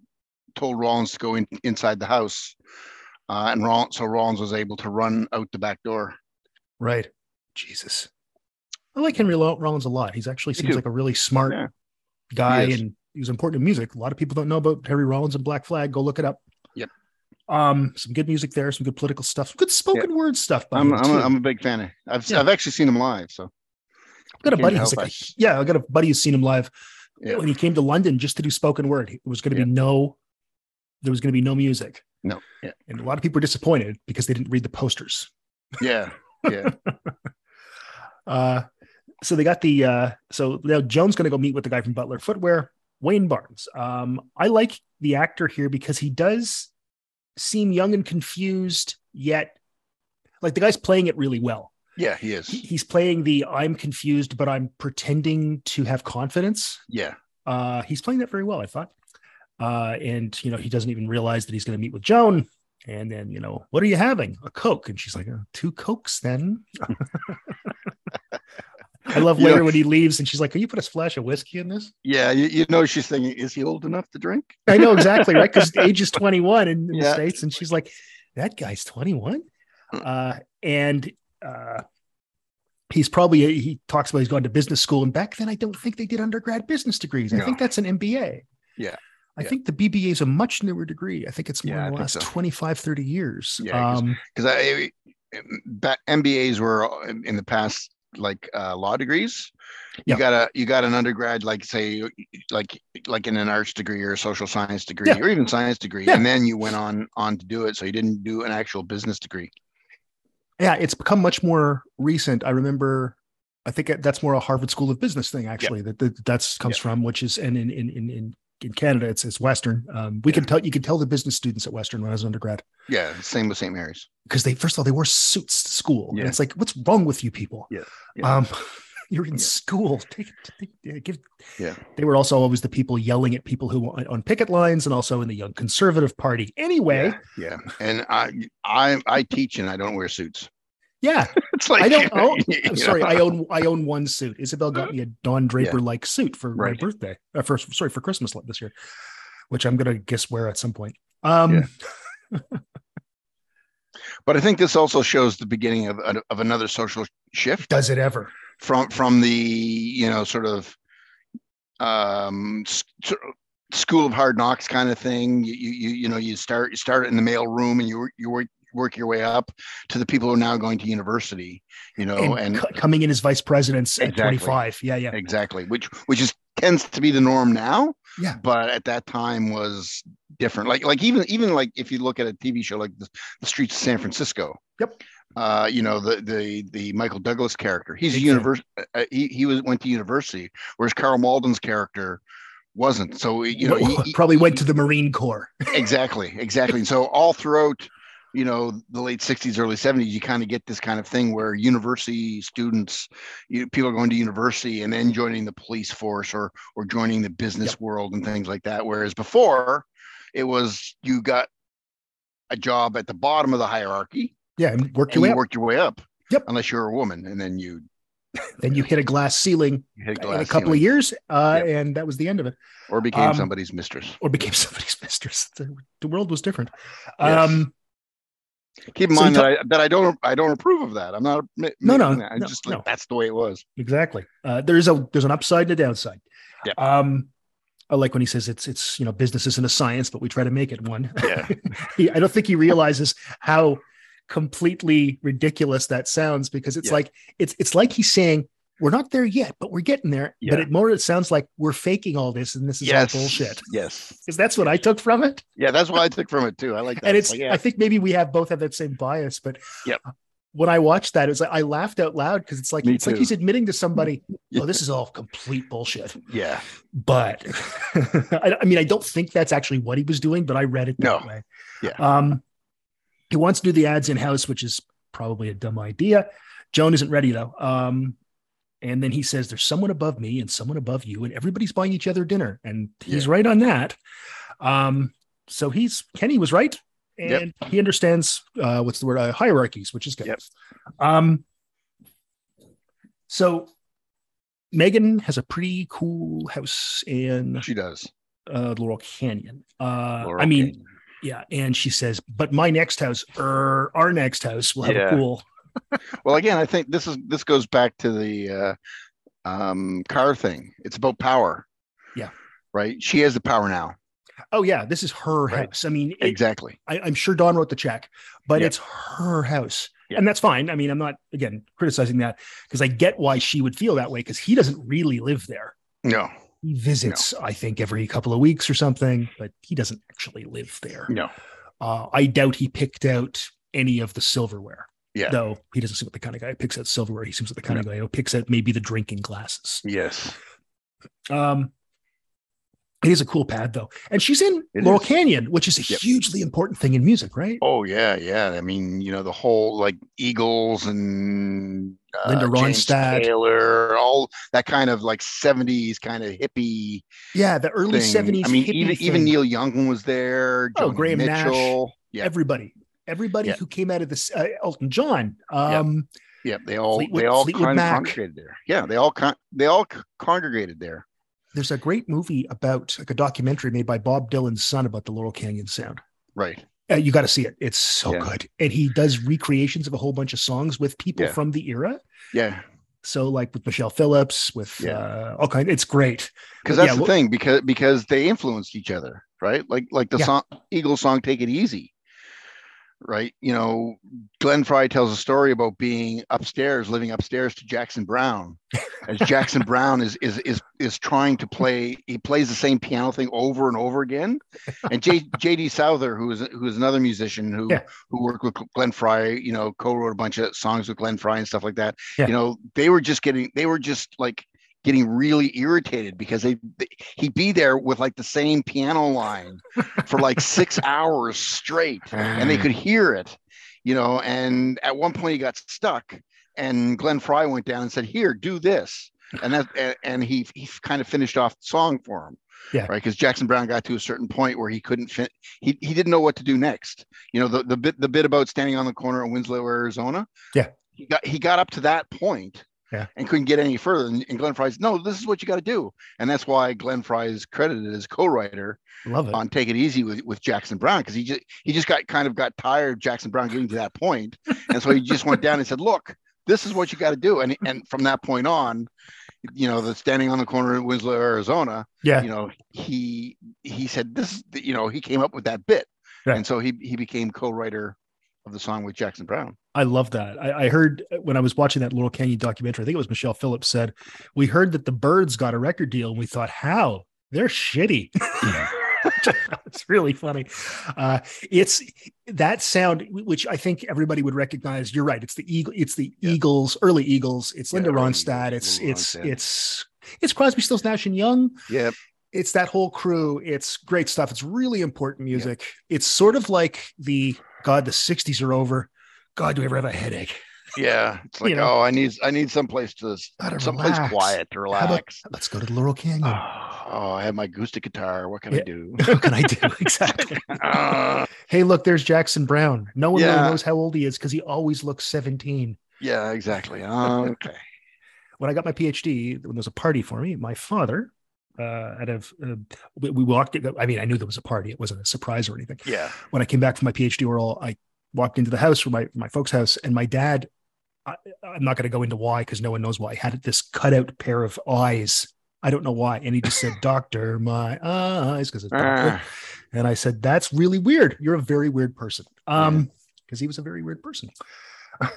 S3: told Rollins to go in, inside the house, uh, and Rollins so Rollins was able to run out the back door.
S2: Right. Jesus. I like Henry Lo- Rollins a lot. He's actually
S3: Me
S2: seems
S3: too.
S2: like a really smart
S3: Yeah.
S2: guy
S3: He is.
S2: and he was important in music. A lot of people don't know about Henry Rollins and Black Flag. Go look it up.
S3: Yep.
S2: Um, some good music there, some good political stuff, some good spoken word stuff. By
S3: I'm
S2: him,
S3: I'm a,
S2: too.
S3: I'm a big fan. Of, I've
S2: Yeah.
S3: I've actually seen him live. So
S2: I've got a
S3: Can't
S2: buddy
S3: help
S2: who's like,
S3: it.
S2: a- yeah, I got a buddy who's seen him live
S3: Yeah.
S2: when he came to London just to do spoken word. It was going to
S3: Yeah.
S2: be no, there was going to be no music,
S3: no, yeah,
S2: and a lot of people were disappointed because they didn't read the posters.
S3: yeah, yeah.
S2: Uh, so they got the uh, so now Jones going to go meet with the guy from Butler Footwear, Wayne Barnes. Um, I like the actor here because he does seem young and confused, yet like the guy's playing it really well.
S3: Yeah, he
S2: He-
S3: is.
S2: He's playing the I'm confused, but I'm pretending to have confidence.
S3: Yeah,
S2: Uh, he's playing that very well, I thought. Uh, and you know, he doesn't even realize that he's going to meet with Joan. And then, you know, what are you having? A Coke. And she's like, "Uh, two Cokes then. I love
S3: You know-
S2: later when he leaves and she's like, can you put a splash of whiskey in this?
S3: yeah. You, you know, she's thinking, is he old enough to drink?
S2: I know exactly, right? Because age is 21 in, in the
S3: Yeah. Mm.
S2: States. And she's like, that guy's 21. Uh, and uh, he's probably, he talks about he's gone to business school. And back then, I don't think they did undergrad business degrees. I
S3: No.
S2: think that's an MBA.
S3: Yeah.
S2: I
S3: Yeah.
S2: think the BBA is a much newer degree. I think it's more
S3: Yeah, I
S2: in the
S3: think
S2: last
S3: so.
S2: 25, 30 years.
S3: Yeah, 'cause-
S2: um,
S3: Because I back, MBAs were in, in the past like uh, law degrees. You
S2: Yeah.
S3: got a you got an undergrad like say like like in an arts degree or a social science degree
S2: Yeah.
S3: or even science degree,
S2: Yeah.
S3: and then you went on on to do it. So you didn't do an actual business degree.
S2: yeah, it's become much more recent. I remember, I think that's more a Harvard School of Business thing, actually, that, that that's comes from, which is, and in, in, in, in, in Canada, it's, it's Western. Um, we can tell, you could tell the business students at Western when I was an undergrad,
S3: Yeah, same with St. Mary's.
S2: because they, first of all, they wore suits to school. And
S3: Yeah.
S2: it's like, what's wrong with you people?
S3: Yeah, yeah.
S2: Um, you're in
S3: Yeah.
S2: school. Take, take, yeah, give,
S3: Yeah.
S2: They were also always the people yelling at people who were on picket lines and also in the young conservative party. Anyway,
S3: Yeah, and I I I teach and I don't wear suits.
S2: Yeah,
S3: It's like
S2: I don't own.
S3: you know,
S2: I'm sorry, I own I own one suit. Isabel got me a Don Draper like suit for my
S3: Right.
S2: birthday. Uh, for sorry for Christmas this year, which I'm gonna guess wear at some point. Um,
S3: Yeah. But I think this also shows the beginning of of another social shift.
S2: Does it ever?
S3: from from the you know sort of um s- sort of school of hard knocks kind of thing you you you you know you start you start in the mail room and you wor- you work work your way up to the people who are now going to university you know
S2: and
S3: Oh, and,
S2: co- coming in as vice presidents at
S3: Exactly.
S2: 25. Yeah, yeah,
S3: exactly which which is tends to be the norm now
S2: Yeah.
S3: but at that time was different like like even even like if you look at a tv show like the, the streets of san francisco
S2: Yep.
S3: uh you know the the the michael douglas character he's a
S2: Big fan.
S3: universe uh, he, he was went to university whereas carl malden's character wasn't so you know he- he-
S2: probably went to the Marine Corps.
S3: exactly exactly And so all throughout you know the late 60s early 70s you kind of get this kind of thing where university students you, people are going to university and then joining the police force or or joining the business world and things like that whereas before it was you got a job at the bottom of the hierarchy
S2: Yeah, and worked
S3: and
S2: your way
S3: you
S2: up.
S3: worked your way up
S2: Yep.
S3: unless you're a woman and then you
S2: then you hit a glass ceiling
S3: hit
S2: in a
S3: glass
S2: couple of
S3: ceiling
S2: years, uh,
S3: Yep.
S2: and that was the end of it.
S3: or became
S2: um,
S3: somebody's mistress
S2: Or became somebody's mistress. The, the world was different.
S3: Yes.
S2: Um,
S3: keep in
S2: so you
S3: mind that, I, that i don't i don't approve of that i'm not admi-
S2: No, no,
S3: making that. i'm
S2: no,
S3: just like
S2: no.
S3: that's the way it was
S2: Exactly. Uh, there's a there's an upside and a downside.
S3: Yeah.
S2: Um, I like when he says it's it's you know business isn't a science, but we try to make it one.
S3: yeah
S2: he, I don't think he realizes how completely ridiculous that sounds because it's
S3: Yeah.
S2: like it's it's like he's saying we're not there yet, but we're getting there. But
S3: Yeah.
S2: it more it sounds like we're faking all this and this is all bullshit.
S3: Yes.
S2: Because that's what I took from it.
S3: Yeah, that's what I took from it too. I like that.
S2: and it's
S3: like, yeah,
S2: I think maybe we have both have that same bias, but
S3: Yep.
S2: when I watched that, it was like I laughed out loud because it's like
S3: Me
S2: it's like
S3: too.
S2: he's admitting to somebody,
S3: Yeah.
S2: oh, this is all complete bullshit.
S3: yeah.
S2: But I, I mean, I don't think that's actually what he was doing, but I read it that
S3: No.
S2: way.
S3: Yeah.
S2: Um, he wants to do the ads in house, which is probably a dumb idea. Joan isn't ready though. Um, and then he says, "There's someone above me and someone above you, and everybody's buying each other dinner." And he's right on that. Um, so he's Kenny was right. and he understands uh, what's the word uh, hierarchies, which is good.
S3: Yep.
S2: Um, so Megan has a pretty cool house in
S3: She does.
S2: uh, Laurel Canyon. Uh,
S3: Laurel
S2: I mean,
S3: Canyon.
S2: yeah, and she says, "But my next house, or our next house, will have
S3: Yeah.
S2: a pool."
S3: Well, again, I think this is this goes back to the uh, um, car thing. It's about power.
S2: Yeah.
S3: Right. She has the power now.
S2: Oh yeah, this is her
S3: Right.
S2: house. I mean, it,
S3: Exactly.
S2: I, I'm sure Don wrote the check, but
S3: Yeah.
S2: it's her house.
S3: Yeah.
S2: And that's fine. I mean, I'm not again criticizing that because I get why she would feel that way because he doesn't really live there.
S3: No.
S2: He visits, I think, every couple of weeks or something, but he doesn't actually live there.
S3: No.
S2: Uh, I doubt he picked out any of the silverware.
S3: Yeah.
S2: Though he doesn't seem like the kind of guy who picks out silverware. He seems like the kind of guy who picks out maybe the drinking glasses.
S3: Yes.
S2: Um, it is a cool pad though. And she's in
S3: It
S2: Laurel
S3: is.
S2: Canyon, which is a
S3: Yep.
S2: hugely important thing in music, right?
S3: Oh yeah, yeah. I mean, you know, the whole like Eagles and uh,
S2: Linda
S3: James
S2: Ronstadt.
S3: Taylor, all that kind of like '70s kind of hippie
S2: Yeah, the early
S3: thing.
S2: seventies.
S3: I mean, even even Neil Young was there.
S2: Oh,
S3: Joni
S2: Graham Nash.
S3: Mitchell. Yeah,
S2: everybody, everybody
S3: Yeah.
S2: who came out of this, uh, Elton John. Um,
S3: yeah. They all
S2: Fleetwood-
S3: they all
S2: Fleetwood
S3: kind of
S2: Mac.
S3: congregated there. Yeah, they all con- they all c- congregated there.
S2: There's a great movie about like a documentary made by Bob Dylan's son about the Laurel Canyon Sound.
S3: Right.
S2: Uh, you got to see it; it's so
S3: Yeah.
S2: good. And he does recreations of a whole bunch of songs with people
S3: Yeah.
S2: from the era.
S3: Yeah,
S2: So, like with Michelle Phillips, with
S3: Yeah.
S2: uh, all kind. It's great.
S3: because
S2: But
S3: that's
S2: yeah,
S3: the
S2: well-
S3: thing. Because because they influenced each other, right? Like like the
S2: Yeah.
S3: song Eagles song "Take It Easy." Right, you know, Glenn Fry tells a story about being upstairs, living upstairs to Jackson Brown, as Jackson Brown is is is is trying to play. He plays the same piano thing over and over again. And J, J.D. Souther, who is who is another musician who
S2: Yeah.
S3: who worked with Glenn Fry, you know, co-wrote a bunch of songs with Glenn Fry and stuff like that.
S2: Yeah.
S3: You know, they were just getting they were just like getting really irritated because they, they he'd be there with like the same piano line for like six hours straight, and they could hear it, you know. And at one point, he got stuck, and Glenn Fry went down and said, "Here, do this." And that, and, and he he kind of finished off the song for him,
S2: Yeah.
S3: right? Because Jackson Brown got to a certain point where he couldn't fin- he he didn't know what to do next. You know, the the bit the bit about standing on the corner in Winslow, Arizona.
S2: Yeah.
S3: he got he got up to that point,
S2: Yeah.
S3: and couldn't get any further. And, and Glenn Fry's no, this is what you got to do, and that's why Glenn Fry is credited as co-writer
S2: Love it.
S3: on Take It Easy with, with Jackson Brown because he just he just got kind of got tired of Jackson Brown getting to that point, and so he just went down and said, "Look, this is what you got to do." And and from that point on, you know, the standing on the corner in Winslow, Arizona,
S2: yeah,
S3: you know, he he said this, is the- you know, he came up with that bit,
S2: Yeah.
S3: and so he he became co-writer of the song with Jackson Brown.
S2: I love that. I, I heard when I was watching that Laurel Canyon documentary, I think it was Michelle Phillips said, We heard that the birds got a record deal and we thought, How? They're shitty. it's really funny. Uh, it's that sound, which I think everybody would recognize. You're right. It's the eagle. It's the
S3: Yeah.
S2: Eagles, early Eagles. It's
S3: Yeah,
S2: Linda
S3: early
S2: Ronstadt.
S3: Eagles,
S2: It's
S3: Linda
S2: it's
S3: Ronstadt.
S2: it's it's Crosby, Stills, Nash and Young
S3: Yeah,
S2: it's that whole crew. It's great stuff. It's really important music. It's sort of like the God, the 60s are over. God, do we ever have a headache?
S3: yeah. It's like,
S2: You know.
S3: oh, I need I need someplace to
S2: Gotta
S3: someplace
S2: relax.
S3: quiet to
S2: about-
S3: relax.
S2: Let's go to the Laurel Canyon.
S3: Oh, I have my acoustic guitar. What can I
S2: Yeah.
S3: do?
S2: what can I do? Exactly.
S3: Ah.
S2: hey, look, there's Jackson Brown. No one
S3: Yeah.
S2: really knows how old he is because he always looks 17.
S3: Yeah, exactly. Okay.
S2: When I got my PhD, when there was a party for me, my father, uh, out of, uh, we, we walked, I mean, I knew there was a party. It wasn't a surprise or anything.
S3: Yeah.
S2: when I came back from my PhD oral, I walked into the house from my my folks' house, and my dad. I, I'm not going to go into why because no one knows why. Had this cutout pair of eyes. I don't know why, and he just said, "Doctor, my eyes," because it's doctor.
S3: Ah,
S2: And I said, "That's really weird. You're a very weird person." Um, because he was a very weird person.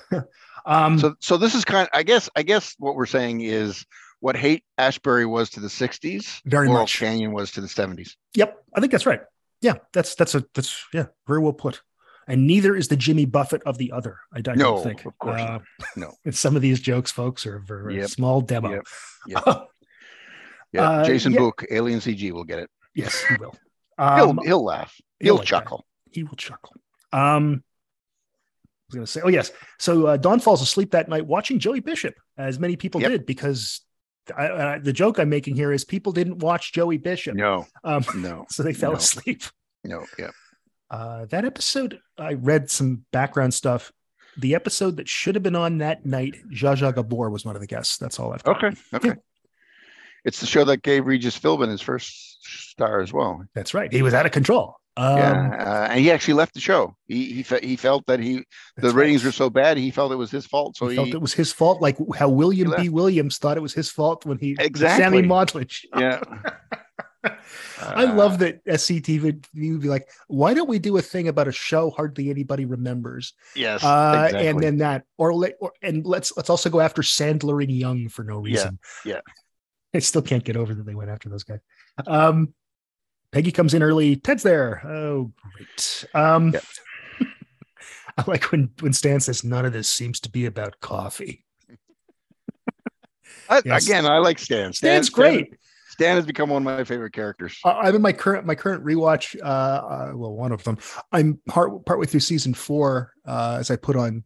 S2: um,
S3: so so this is kind I guess I guess what we're saying is what hate Ashbury was to the 60s,
S2: Very
S3: Laurel
S2: much.
S3: Canyon was to the 70s.
S2: Yep, I think that's right. Yeah, that's that's a that's yeah, very well put. And neither is the Jimmy Buffett of the other. I, I
S3: No,
S2: don't think. Uh,
S3: of course not. No.
S2: Some of these jokes, folks, are for a
S3: Yep.
S2: small demo.
S3: Yep. Yep. Yeah.
S2: Uh,
S3: Jason
S2: yeah.
S3: Book, Alien CG will get it.
S2: yes, he will.
S3: He'll
S2: Um,
S3: he'll laugh.
S2: he'll
S3: He'll,
S2: like that.
S3: chuckle.
S2: he will chuckle. Um, I was going to say, oh yes. So uh, Don falls asleep that night watching Joey Bishop, as many people
S3: Yep.
S2: did, because I, I, the joke I'm making here is people didn't watch Joey Bishop,
S3: No,
S2: um,
S3: no,
S2: so they fell
S3: No.
S2: asleep.
S3: no. Yeah.
S2: Uh, that episode, I read some background stuff. The episode that should have been on that night, Zsa Zsa Gabor was one of the guests. That's all I've got.
S3: Okay. Okay. It's the show that gave Regis Philbin his first star as well.
S2: That's right. He was out of control. Um,
S3: yeah, uh, and he actually left the show. He he, fe- he felt that he the
S2: that's
S3: ratings
S2: right.
S3: were so bad he felt it was his fault. So
S2: he
S3: he,
S2: felt it was his fault, like how William
S3: He
S2: B. Williams thought it was his fault when he
S3: Exactly. Uh,
S2: Sammy Modlich.
S3: yeah.
S2: I love that SCTV would you would be like, why don't we do a thing about a show hardly anybody remembers,
S3: Yes.
S2: uh,
S3: exactly.
S2: and then that, or, let, or and let's let's also go after Sandler and Young for no reason.
S3: yeah.
S2: I still can't get over that they went after those guys. Um, Peggy comes in early. Ted's there. Oh, great. Um,
S3: Yeah.
S2: I like when when Stan says none of this seems to be about coffee.
S3: I-
S2: yes.
S3: again, I like Stan. Stan-
S2: Stan's great.
S3: Stan has become one of my favorite characters.
S2: Uh, I'm in my current my current rewatch. Uh, uh, well, one of them. I'm part partway through season four. Uh, as I put on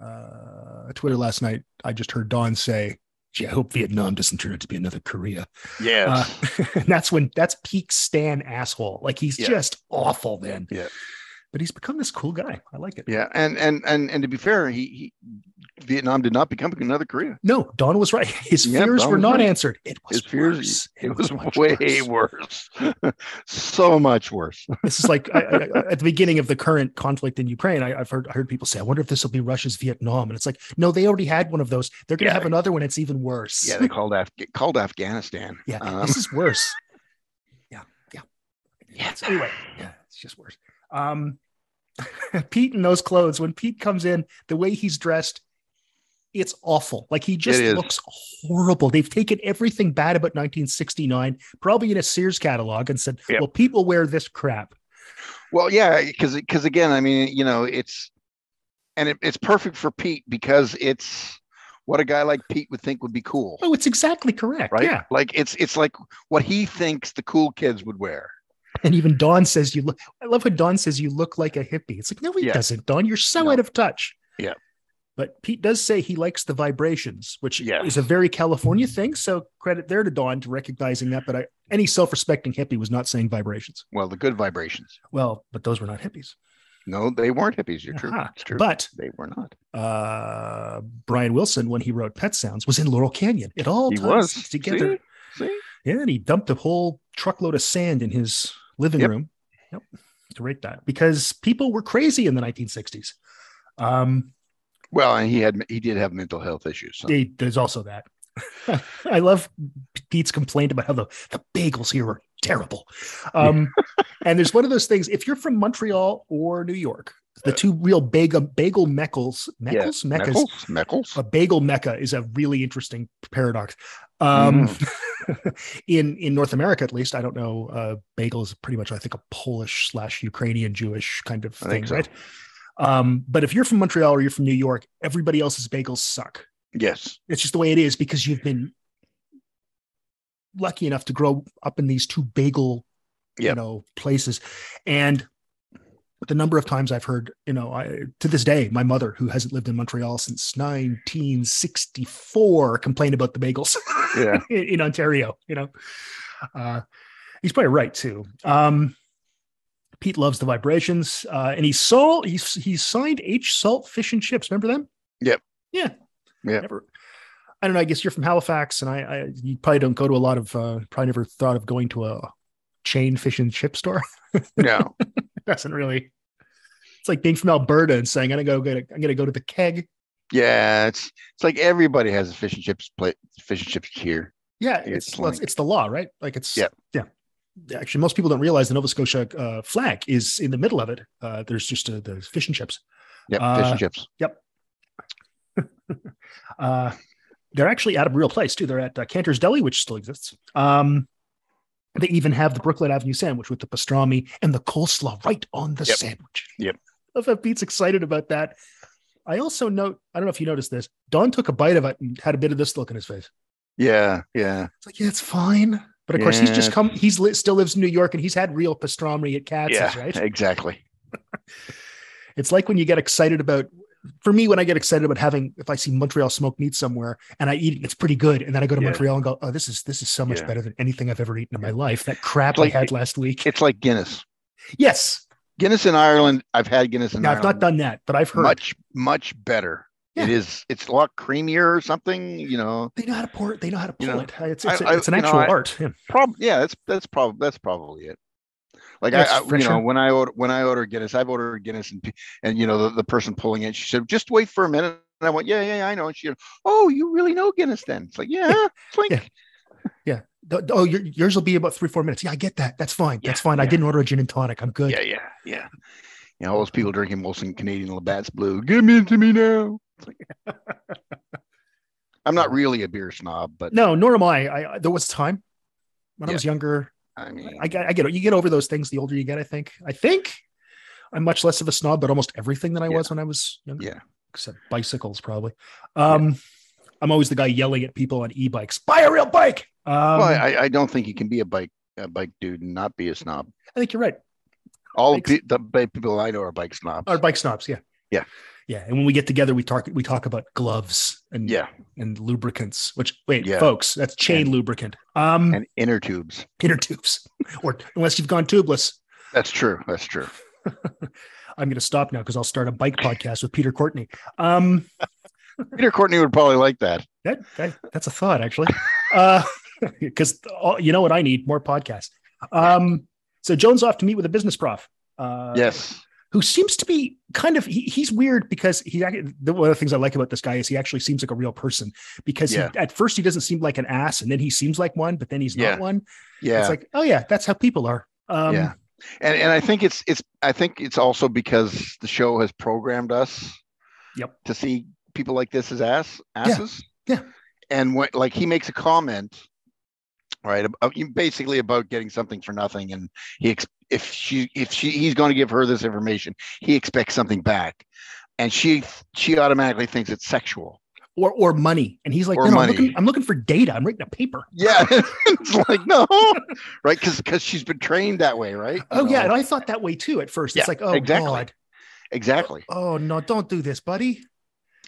S2: uh, Twitter last night, I just heard Don say, "Gee, I hope Vietnam doesn't turn out to be another Korea."
S3: yes.
S2: Uh, and that's when that's peak Stan asshole. Like he's
S3: Yeah.
S2: just awful then.
S3: Yeah.
S2: But he's become this cool guy. I like it.
S3: yeah, and and and and to be fair, he, he Vietnam did not become another Korea.
S2: No, Don was right. His
S3: Yeah,
S2: fears
S3: Don
S2: were
S3: was
S2: not
S3: right.
S2: answered. It was
S3: His fears-
S2: worse.
S3: It was
S2: much
S3: way
S2: worse.
S3: worse, so much worse.
S2: this is like I, I, I- at the beginning of the current conflict in Ukraine. I, I've heard I heard people say, "I wonder if this will be Russia's Vietnam," and it's like, no, they already had one of those. They're going to
S3: Yeah.
S2: have another one. It's even worse.
S3: Yeah, they called Af- called Afghanistan.
S2: Yeah,
S3: Um,
S2: this is worse. Yeah, yeah,
S3: Yeah.
S2: So anyway, yeah, it's just worse. Um, Pete in those clothes. When Pete comes in, the way he's dressed, it's awful. Like he just
S3: is.
S2: looks horrible. They've taken everything bad about 1969, probably in a Sears catalog, and said,
S3: Yep.
S2: "Well, people wear this crap."
S3: Well, yeah, because because again, I mean, you know, it's and it, it's perfect for Pete because it's what a guy like Pete would think would be cool,
S2: Oh, it's exactly correct.
S3: right?
S2: Yeah.
S3: Like it's it's like what he thinks the cool kids would wear.
S2: And even Don says you look. I love when Don says you look like a hippie. It's like no, he
S3: Yeah.
S2: doesn't. Don, you're so
S3: No.
S2: out of touch.
S3: Yeah.
S2: But Pete does say he likes the vibrations, which
S3: Yeah.
S2: is a very California thing. So credit there to Don to recognizing that. But I, any self-respecting hippie was not saying vibrations.
S3: Well, the good vibrations.
S2: Well, but those were not hippies.
S3: No, they weren't hippies. You're true.
S2: Aha.
S3: It's true.
S2: Uh-huh. But
S3: they were not.
S2: uh, Brian Wilson, when he wrote Pet Sounds, was in Laurel Canyon. It all
S3: He
S2: ties
S3: was.
S2: together.
S3: See? See?
S2: Yeah, and he dumped a whole truckload of sand in his living
S3: Yep.
S2: room. Yep. To rate that because people were crazy in the 1960s. Um,
S3: Well, and he had he did have mental health issues. So.
S2: they- there's also that. I love Pete's complaint about how the, the bagels here are terrible. Um, and there's one of those things if you're from Montreal or New York, the two real bagel, bagel meckles, meckles, meccas,
S3: Meckles, Meckles.
S2: a bagel mecca is a really interesting paradox. Um,
S3: Mm.
S2: in in North America, at least, I don't know. Uh, bagel is pretty much, I think, a Polish slash Ukrainian Jewish kind of
S3: I
S2: thing,
S3: think so.
S2: right? Um, but if you're from Montreal or you're from New York, everybody else's bagels suck.
S3: Yes.
S2: It's just the way it is because you've been lucky enough to grow up in these two bagel, you
S3: Yep.
S2: know, places. And the number of times I've heard, you know, I, to this day, my mother, who hasn't lived in Montreal since 1964, complained about the bagels
S3: Yeah.
S2: in, in Ontario. You know, uh, he's probably right too. Um, Pete loves the vibrations, uh, and he saw he, he signed H Salt Fish and Chips. Remember them?
S3: Yep.
S2: Yeah.
S3: Yep.
S2: Never. I don't know. I guess you're from Halifax, and I, I you probably don't go to a lot of. Uh, probably never thought of going to a chain fish and chip store.
S3: No.
S2: Doesn't really. It's like being from Alberta and saying, "I'm gonna go get. A, I'm gonna go to the keg."
S3: Yeah. It's it's like everybody has a fish and chips plate, fish and chips here.
S2: Yeah,
S3: It's
S2: it's well, it's,
S3: like-
S2: it's the law, right? Like it's
S3: Yeah.
S2: yeah. Actually, most people don't realize the Nova Scotia uh, flag is in the middle of it. Uh, there's just uh, the fish and chips.
S3: Yep. fish
S2: Uh,
S3: and chips.
S2: Uh, they're actually out of real place too. They're at uh, Cantor's Deli, which still exists. Um, they even have the Brooklyn Avenue sandwich with the pastrami and the coleslaw right on the
S3: Yep.
S2: sandwich.
S3: Yep.
S2: I love how Pete's excited about that. I also note, I don't know if you noticed this. Don took a bite of it and had a bit of this look in his face.
S3: Yeah. Yeah.
S2: It's like, yeah, it's fine. But of course, he's just
S3: Yeah.
S2: come. He's li- still lives in New York, and he's had real pastrami at Katz's,
S3: yeah.
S2: right?
S3: Exactly.
S2: It's like when you get excited about. For me, when I get excited about having, if I see Montreal smoked meat somewhere and I eat it, and it's pretty good, and then I go to
S3: Yeah.
S2: Montreal and go, "Oh, this is this is so much
S3: Yeah.
S2: better than anything I've ever eaten in my life." That crap
S3: It's like-
S2: I had last week.
S3: It's like Guinness.
S2: yes,
S3: Guinness in Ireland. I've had Guinness in
S2: Now, I've
S3: Ireland.
S2: not done that, but I've heard
S3: much much better. It
S2: Yeah.
S3: is. It's a lot creamier or something. You know,
S2: they know how to pour it. They know how to
S3: You
S2: pull
S3: know,
S2: it. It's,
S3: I-
S2: it's,
S3: I-
S2: it's an
S3: you know,
S2: actual
S3: I-
S2: art. Yeah.
S3: Prob yeah, that's that's probably that's probably it. Like
S2: Yeah, it's
S3: I, I you know
S2: fresher.
S3: when I order when I order Guinness, I've ordered Guinness and pe- and you know the, the person pulling it, she said, just wait for a minute. And I went, yeah, yeah, yeah, I know. And she said, oh, you really know Guinness then? It's like, yeah, it's like,
S2: Yeah. Th- th- Oh, your, yours will be about three, four minutes. Yeah, I get that. That's fine.
S3: Yeah,
S2: That's fine. I
S3: yeah.
S2: didn't order a gin and tonic. I'm good.
S3: yeah, yeah, yeah. You know, all those people drinking Wilson Canadian Labatt's Blue, give me to me now. It's like, I'm not really a beer snob, but
S2: No, nor am I. I, I there was a time when I
S3: Yeah.
S2: was younger.
S3: I mean,
S2: I, get- I get you get over those things the older you get. I think. I think I'm much less of a snob, but almost everything that I
S3: Yeah.
S2: was when I was younger.
S3: Yeah.
S2: Except bicycles, probably. Um, I'm always the guy yelling at people on e-bikes. Buy a real bike. Um,
S3: well,
S2: I,
S3: I, I don't think you can be a bike a bike dude and not be a snob.
S2: think you're right.
S3: All
S2: Bikes-
S3: pe- the ba- people I know are bike snobs.
S2: Our bike snobs. Yeah.
S3: Yeah.
S2: Yeah. And when we get together, we talk we talk about gloves and
S3: yeah,
S2: and lubricants. Which wait,
S3: Yeah.
S2: folks, that's chain
S3: And-
S2: lubricant. Um,
S3: and inner tubes.
S2: inner tubes, or unless you've gone tubeless.
S3: That's true. That's true.
S2: I'm going to stop now because I'll start a bike podcast with Peter Courtney. Um,
S3: Peter Courtney would probably like that.
S2: that, that that's a thought actually, because you know what I need more podcasts. Um, so Jones off to meet with a business prof. Uh,
S3: yes.
S2: who seems to be kind of he, he's weird because he act- the- one of the things I like about this guy is he actually seems like a real person because
S3: Yeah.
S2: he, at first he doesn't seem like an ass and then he seems like one but then he's
S3: Yeah.
S2: not one.
S3: Yeah.
S2: It's like oh yeah, that's how people are. Um,
S3: yeah. And and I think it's it's I think it's also because the show has programmed us
S2: Yep.
S3: to see people like this as ass asses.
S2: Yeah.
S3: And when like he makes a comment, right, about, you- basically about getting something for nothing and he ex- if she if she he's going to give her this information, he expects something back. And she she automatically thinks it's sexual.
S2: Or or money and he's like
S3: Or
S2: no, no, I'm
S3: money.
S2: looking, I'm looking for data. I'm writing a paper.
S3: Yeah. it's like no. right? Cuz cuz she's been trained that way, right? You
S2: Oh yeah, and
S3: know?
S2: I thought that way too at first.
S3: Yeah,
S2: it's like, oh
S3: exactly.
S2: god,
S3: Exactly.
S2: oh no, don't do this, buddy.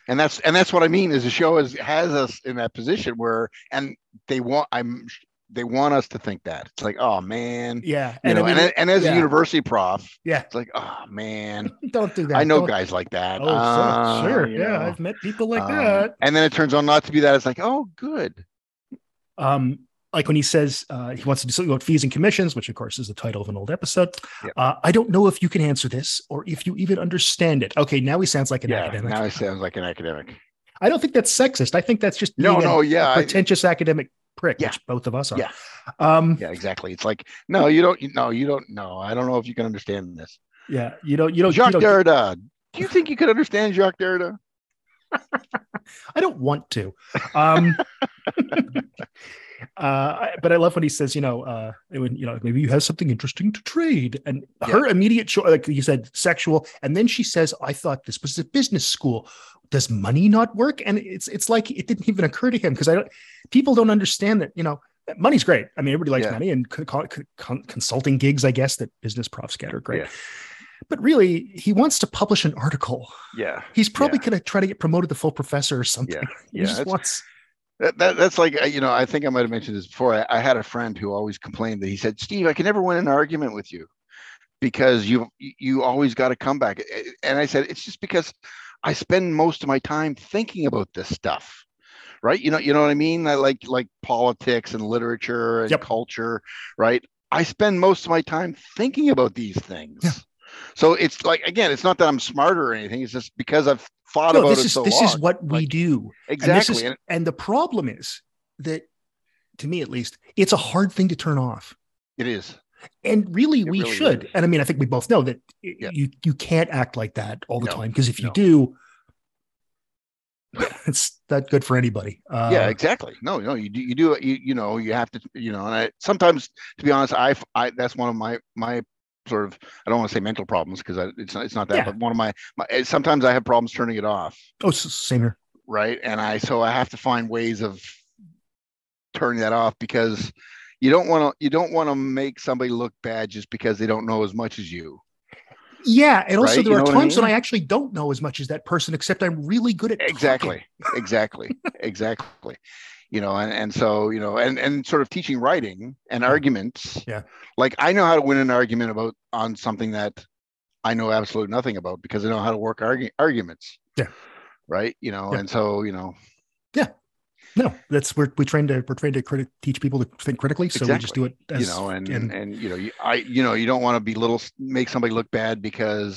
S3: and that's and that's what I mean is the show is has us in that position where and they want I'm they want us to think that it's like oh man you
S2: Yeah,
S3: and know
S2: I mean,
S3: and, and as
S2: yeah.
S3: a university prof
S2: Yeah.
S3: it's like oh man
S2: don't do that.
S3: I know
S2: Don't-
S3: guys like that
S2: Oh
S3: Uh,
S2: sure, sure.
S3: you
S2: yeah,
S3: know,
S2: I've met people like
S3: um,
S2: that.
S3: and then it turns on not to be that it's like oh good
S2: um, like when he says uh, he wants to do something about fees and commissions, which of course is the title of an old episode.
S3: Yeah.
S2: Uh, I don't know if you can answer this or if you even understand it. Okay, now he sounds like an
S3: yeah
S2: academic.
S3: now it sounds like an academic
S2: I don't think that's sexist. I think that's just
S3: no
S2: being a
S3: no yeah I-
S2: pretentious academic prick,
S3: Yeah.
S2: which both of us are.
S3: Yeah.
S2: Um, yeah.
S3: yeah exactly it's like no you don't no you don't know I don't know if you can understand this
S2: you don't, you don't, you
S3: Jacques
S2: don't
S3: Derrida do you think you could understand Jacques Derrida
S2: I don't want to. Um, uh, I- but I love when he says, you know, uh, when, you know, maybe you have something interesting to trade. And her immediate choice, like you said, sexual. And then she says, I thought this was a business school. Does money not work? And it's it's like it didn't even occur to him because I don't. People don't understand that you know that money's great. I mean, everybody likes
S3: Yeah.
S2: money and co- co- con- consulting gigs, I guess, that business profs get are great.
S3: Yeah.
S2: But really, he wants to publish an article.
S3: yeah
S2: He's probably going to try to get promoted to full professor or something.
S3: Yeah.
S2: He
S3: yeah
S2: just
S3: it's-
S2: wants-
S3: That, that that's like uh, you know I think I might have mentioned this before. I, I had a friend who always complained that he said, "Steve, I can never win an argument with you because you you always got a comeback." And I said, "It's just because I spend most of my time thinking about this stuff, right? You know, you know what I mean? I like like politics and literature and
S2: Yep.
S3: culture, right? I spend most of my time thinking about these things."
S2: Yeah.
S3: So it's like again, it's not that I'm smarter or anything. It's just because I've thought
S2: No,
S3: about
S2: this
S3: it
S2: is
S3: so
S2: this
S3: long.
S2: is what we
S3: Like,
S2: do. And, this
S3: exactly.
S2: is,
S3: And-
S2: and the problem is that, to me at least, it's a hard thing to turn off.
S3: it is.
S2: And really,
S3: It
S2: we
S3: really
S2: should.
S3: is.
S2: And I mean, I think we both know that i-
S3: Yeah.
S2: you you can't act like that all the
S3: No,
S2: time because if you
S3: no.
S2: do, it's not good for anybody. Uh,
S3: yeah exactly no no you do you do you, you know you have to you know and i sometimes to be honest i i that's one of my my sort of i don't want to say mental problems because it's not it's not that
S2: Yeah.
S3: but one of my, my eh, sometimes i have problems turning it off
S2: Oh, s- same here.
S3: right and i so i have to find ways of turning that off because you don't want to you don't want to make somebody look bad just because they don't know as much as you
S2: Yeah, and also
S3: Right?
S2: there
S3: You know
S2: are
S3: what I
S2: times when
S3: mean?
S2: I actually don't know as much as that person, except I'm really good at talking.
S3: exactly exactly exactly you know and, and so you know and and sort of teaching writing and arguments
S2: Yeah.
S3: like i know how to win an argument about on something that I know absolutely nothing about because I know how to work argu- arguments.
S2: Yeah.
S3: Right. You know,
S2: Yeah.
S3: and so you know,
S2: No, that's we're we trained to we're trained to critic, teach people to think critically, so we just do it. As,
S3: you know, and, and you know, you, I you know, you don't want to be little make somebody look bad because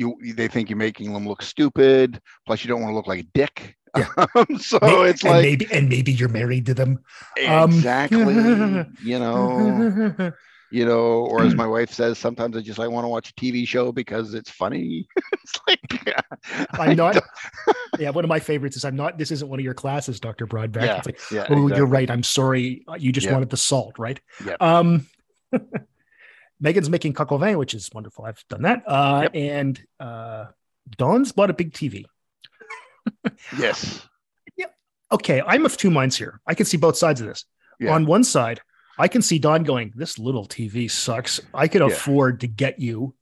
S3: you they think you're making them look stupid. Plus, you don't want to look like a dick.
S2: Yeah.
S3: so
S2: may-
S3: Oh, it's
S2: and
S3: like
S2: maybe and maybe you're married to them. um,
S3: exactly, you know. you know, or as my wife says, sometimes I just I want to watch a TV show because it's funny. it's like yeah,
S2: I'm not.
S3: don't-
S2: yeah, one of my favorites is I'm not. This isn't one of your classes, Doctor Broadback.
S3: Yeah,
S2: It's like,
S3: yeah,
S2: oh,
S3: exactly.
S2: you're right. I'm sorry. You just
S3: Yeah.
S2: wanted the salt, right?
S3: Yeah.
S2: Um, Megan's making coq au vin, which is wonderful. I've done that. Uh,
S3: Yep.
S2: And uh, Don's bought a big TV.
S3: yes,
S2: okay, I'm of two minds here. I can see both sides of this.
S3: Yeah.
S2: On one side, I can see Don going, This little TV sucks. I could
S3: Yeah.
S2: afford to get you.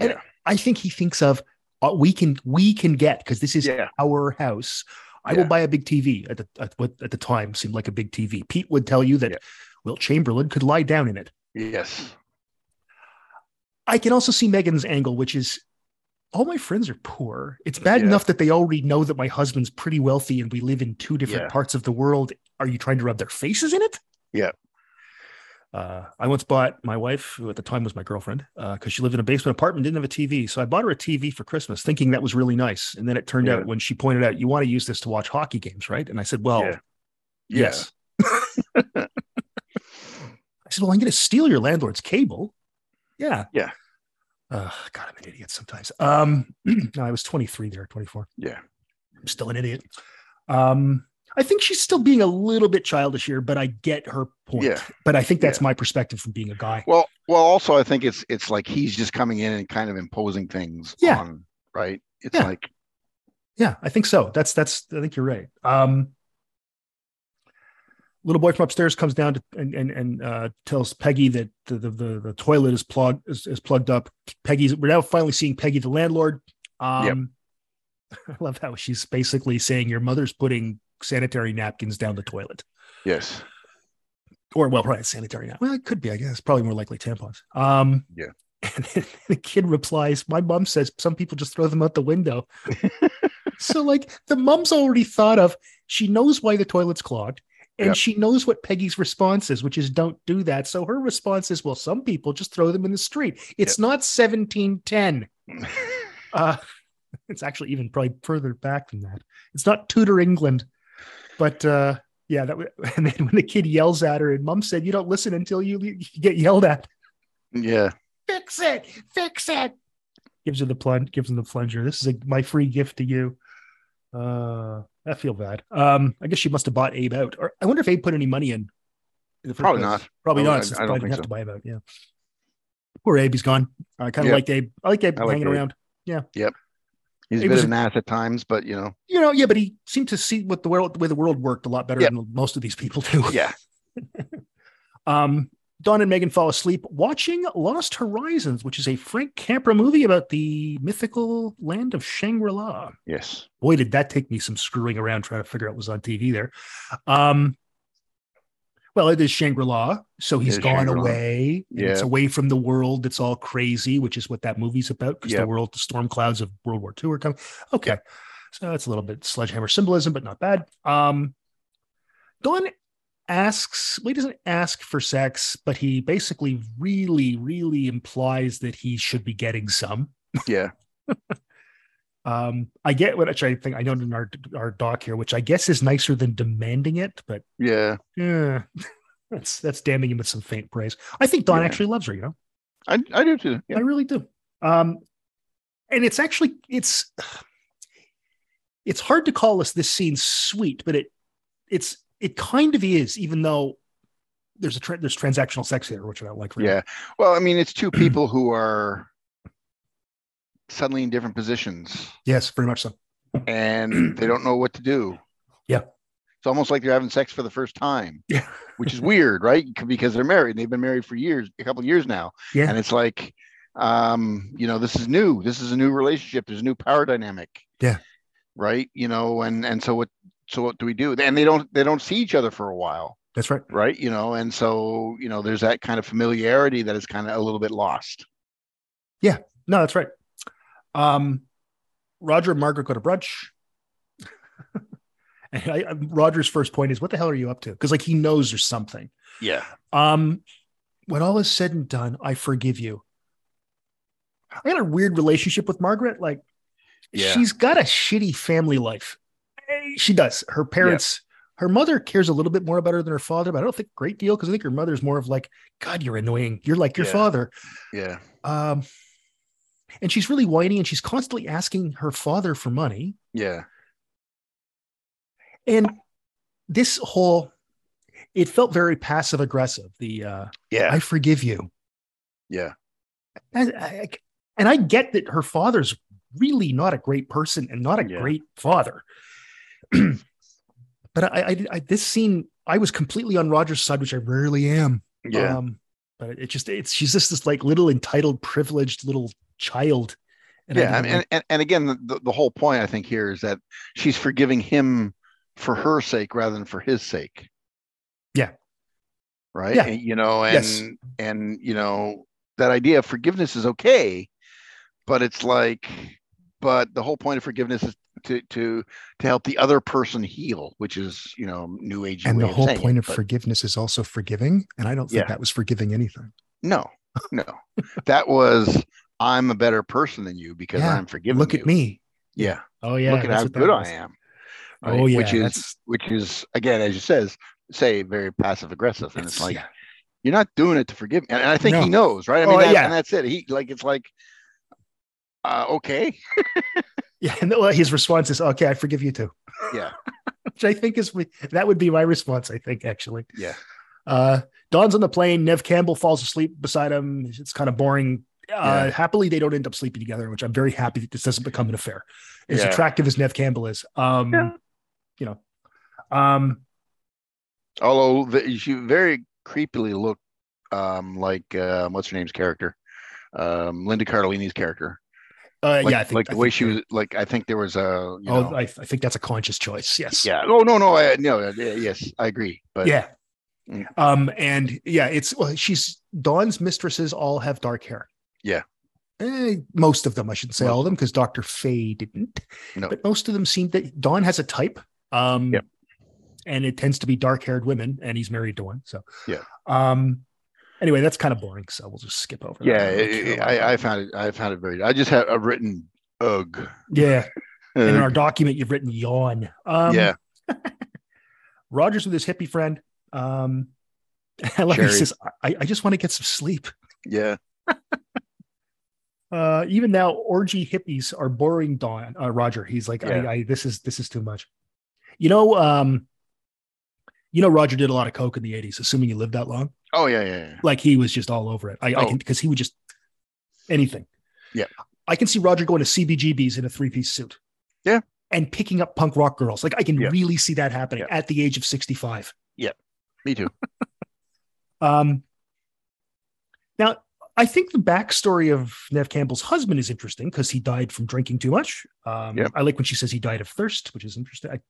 S2: And
S3: Yeah.
S2: I think he thinks of uh, we can we can get because this is
S3: yeah,
S2: our house. I
S3: Yeah.
S2: will buy a big TV at the at what at the time seemed like a big TV. Pete would tell you that
S3: Yeah.
S2: Wilt Chamberlain could lie down in it.
S3: yes,
S2: I can also see Megan's angle, which is all my friends are poor. It's bad
S3: Yeah.
S2: enough that they already know that my husband's pretty wealthy and we live in two different
S3: Yeah.
S2: parts of the world. Are you trying to rub their faces in it?
S3: Yeah.
S2: Uh, I once bought my wife, who at the time was my girlfriend, because she lived in a basement apartment, didn't have a TV. So I bought her a TV for Christmas, thinking that was really nice. And then it turned
S3: Yeah.
S2: out when she pointed out, you want to use this to watch hockey games, right? And I said, well,
S3: Yeah.
S2: yes. I said, well, I'm going to steal your landlord's cable. Yeah.
S3: Yeah.
S2: Uh, God, I'm an idiot sometimes. Um, no, I was 23 there, 24.
S3: yeah,
S2: I'm still an idiot. Um, I think she's still being a little bit childish here, but I get her point.
S3: Yeah.
S2: But I think that's my perspective from being a guy.
S3: Well, well, also I think it's it's like he's just coming in and kind of imposing things
S2: Yeah.
S3: on, right? It's
S2: Yeah.
S3: like
S2: Yeah, I think so. That's that's. I think you're right. Um, little boy from upstairs comes down to, and and, and uh, tells Peggy that the the, the, the toilet is plugged is, is plugged up. Peggy's. We're now finally seeing Peggy, the landlord. Um, I love how she's basically saying your mother's putting sanitary napkins down the toilet,
S3: yes,
S2: or well, right, sanitary napkins. Well, it could be. I guess probably more likely tampons. Um,
S3: Yeah.
S2: And then the kid replies, "My mom says some people just throw them out the window." so like the mom's already thought of she knows why the toilet's clogged and
S3: Yep.
S2: she knows what peggy's response is which is don't do that so her response is well some people just throw them in the street it's not 1710 uh it's actually even probably further back than that it's not tudor england but uh yeah that w- and then when the kid yells at her and mom said you don't listen until you, you get yelled at
S3: yeah,
S2: fix it, fix it. Gives her the plunge, gives him the plunger. This is a, my free gift to you. Uh, I feel bad. Um, I guess she must have bought Abe out, or I wonder if Abe put any money in. in the first
S3: Probably
S2: place.
S3: not.
S2: Probably
S3: I- I-
S2: not. Since
S3: I don't
S2: probably
S3: think
S2: didn't have
S3: so.
S2: to buy him out. Yeah. Poor Abe, he's gone. I kind of
S3: Yep.
S2: liked Abe. I liked Abe
S3: I like
S2: hanging
S3: Abe.
S2: around.
S3: he's
S2: It
S3: a bit
S2: was
S3: of
S2: a-
S3: an ass at times, but you know,
S2: You know, yeah, but he seemed to see what the world, the way the world worked a lot better
S3: Yep.
S2: than most of these people do.
S3: yeah,
S2: Um, Dawn and Megan fall asleep watching Lost Horizons, which is a Frank Capra movie about the mythical land of Shangri La.
S3: yes,
S2: Boy, did that take me some screwing around trying to figure out what was on TV there. Um, well, it is Shangri La, so he's
S3: It is
S2: gone
S3: Shangri-La.
S2: away. and It's
S3: Yeah.
S2: away from the world. It's all crazy, which is what that movie's about because the
S3: Yep.
S2: world, the storm clouds of World War II are coming. Okay. So that's a little bit sledgehammer symbolism, but not bad. Um, Dawn asks, well, he doesn't ask for sex, but he basically really, really implies that he should be getting some.
S3: yeah,
S2: Um, I get what actually I think I noted in our our doc here, which I guess is nicer than demanding it, but
S3: yeah.
S2: yeah, that's that's damning him with some faint praise. I think Don
S3: Yeah.
S2: actually loves her, you know,
S3: I I do too. Yeah,
S2: I really do. Um, and it's actually it's it's hard to call us this scene sweet, but it it's it kind of is, even though there's a tra- there's transactional sex here, which I don't like. very
S3: yeah. Well, I mean, it's two people who are suddenly in different positions.
S2: Yes, very much so.
S3: and they don't know what to do.
S2: Yeah.
S3: It's almost like they're having sex for the first time,
S2: Yeah.
S3: which is weird, right? C- Because they're married. They've been married for years, a couple of years now.
S2: Yeah.
S3: And it's like, um, you know, this is new. This is a new relationship. There's a new power dynamic.
S2: Yeah.
S3: Right. You know, and and so what so what do we do? And they don't they don't see each other for a while,
S2: That's right.
S3: right? You know, and so, you know, there's that kind of familiarity that is kind of a little bit lost.
S2: No, that's right. Um, Roger and Margaret go to brunch. and I, I- Roger's first point is, "What the hell are you up to?" Because like he knows there's something.
S3: Yeah.
S2: Um, when all is said and done, I forgive you. I got a weird relationship with Margaret. Like,
S3: Yeah.
S2: she's got a shitty family life. Eh, She does. Her parents, her mother cares a little bit more about her than her father, but I don't think a great deal because I think her mother's more of like, God, you're annoying. You're like your
S3: Yeah.
S2: father.
S3: Yeah.
S2: Um, and she's really whiny and she's constantly asking her father for money.
S3: Yeah.
S2: And this whole, it felt very passive aggressive. The uh,
S3: Yeah.
S2: I forgive you.
S3: Yeah.
S2: And I, and I get that her father's really not a great person and not a
S3: Yeah.
S2: great father. but I, I, I, this scene, I was completely on Roger's side, which I rarely am.
S3: Yeah.
S2: Um, but it just, it's, she's just this like little entitled, privileged little child. And
S3: yeah.
S2: I
S3: I
S2: didn't
S3: mean, and, and, and again, the, the whole point I think here is that she's forgiving him for her sake rather than for his sake.
S2: Yeah.
S3: Right.
S2: Yeah.
S3: And, you know, and,
S2: Yes.
S3: and, you know, that idea of forgiveness is okay, but it's like, but the whole point of forgiveness is to, to, to help the other person heal, which is, you know, new age.
S2: and the whole
S3: saying it,
S2: point of
S3: but-
S2: forgiveness is also forgiving and i don't think
S3: Yeah.
S2: that was forgiving anything
S3: No, no. that was I'm a better person than you because
S2: Yeah,
S3: I'm forgiving.
S2: look at
S3: you."
S2: me
S3: Yeah.
S2: oh yeah
S3: look at
S2: that's
S3: how
S2: what that
S3: good
S2: was.
S3: I am. right?
S2: oh yeah
S3: Which is
S2: that's
S3: which is again, as you says, say very passive aggressive. And it's,
S2: it's-
S3: like
S2: yeah.
S3: you're not doing it to forgive me. And, and I think he knows, right? I
S2: Oh,
S3: mean that,
S2: yeah.
S3: and that's it. He like it's like uh okay.
S2: yeah and well, his response is okay i forgive you too
S3: Yeah.
S2: which i think is that would be my response i think actually
S3: Yeah.
S2: uh dawn's on the plane nev campbell falls asleep beside him it's kind of boring uh
S3: Yeah.
S2: happily they don't end up sleeping together which i'm very happy that this doesn't become an affair as
S3: Yeah.
S2: attractive as nev campbell is um
S3: Yeah.
S2: you know um
S3: Although the, she very creepily looked um like uh, what's her name's character? Um, Linda Cardellini's character.
S2: uh
S3: Like,
S2: yeah i think
S3: like
S2: I
S3: the way
S2: think
S3: she
S2: you're-
S3: was like I think there was a you know
S2: oh, I, I think that's a conscious choice. Yes.
S3: Yeah. Oh no, no, I, no. uh, yeah, Yes, I agree. But
S2: yeah.
S3: Mm.
S2: Um, and yeah, it's well, she's Dawn's mistresses all have dark hair.
S3: Yeah.
S2: Eh, most of them, I shouldn't say
S3: Most
S2: all of them, because Dr. Faye didn't.
S3: No.
S2: But most of them seem that Dawn has a type. Um
S3: Yep.
S2: and it tends to be dark haired women, and he's married to one. So
S3: Yeah.
S2: Um anyway, that's kind of boring. So we'll just skip over that.
S3: yeah,
S2: don't
S3: it-
S2: care
S3: it-
S2: about that.
S3: I, I found it. I found it very. I just had a written ugh.
S2: yeah. And in
S3: Ugh.
S2: our document, you've written yawn. Um
S3: Uh, yeah,
S2: Rogers with his hippie friend. Um, I love it.
S3: Jerry.
S2: he says, I, I just want to get some sleep.
S3: yeah,
S2: Uh, even now, orgy hippies are boring Don uh, Roger. He's like,
S3: Yeah.
S2: I, I, this is this is too much. You know, um, you know, Roger did a lot of coke in the '80s. Assuming he lived that long,
S3: oh yeah, yeah, yeah.
S2: like he was just all over it. I, I
S3: Oh.
S2: can because he would just anything.
S3: Yeah.
S2: I can see Roger going to CBGB's in a three-piece suit.
S3: Yeah.
S2: and picking up punk rock girls. Like I can
S3: Yeah.
S2: really see that happening
S3: Yeah.
S2: at the age of sixty-five.
S3: Me too.
S2: Um, now, I think the backstory of Nev Campbell's husband is interesting because he died from drinking too much. Um,
S3: Yep.
S2: I like when she says he died of thirst, which is interesting. I,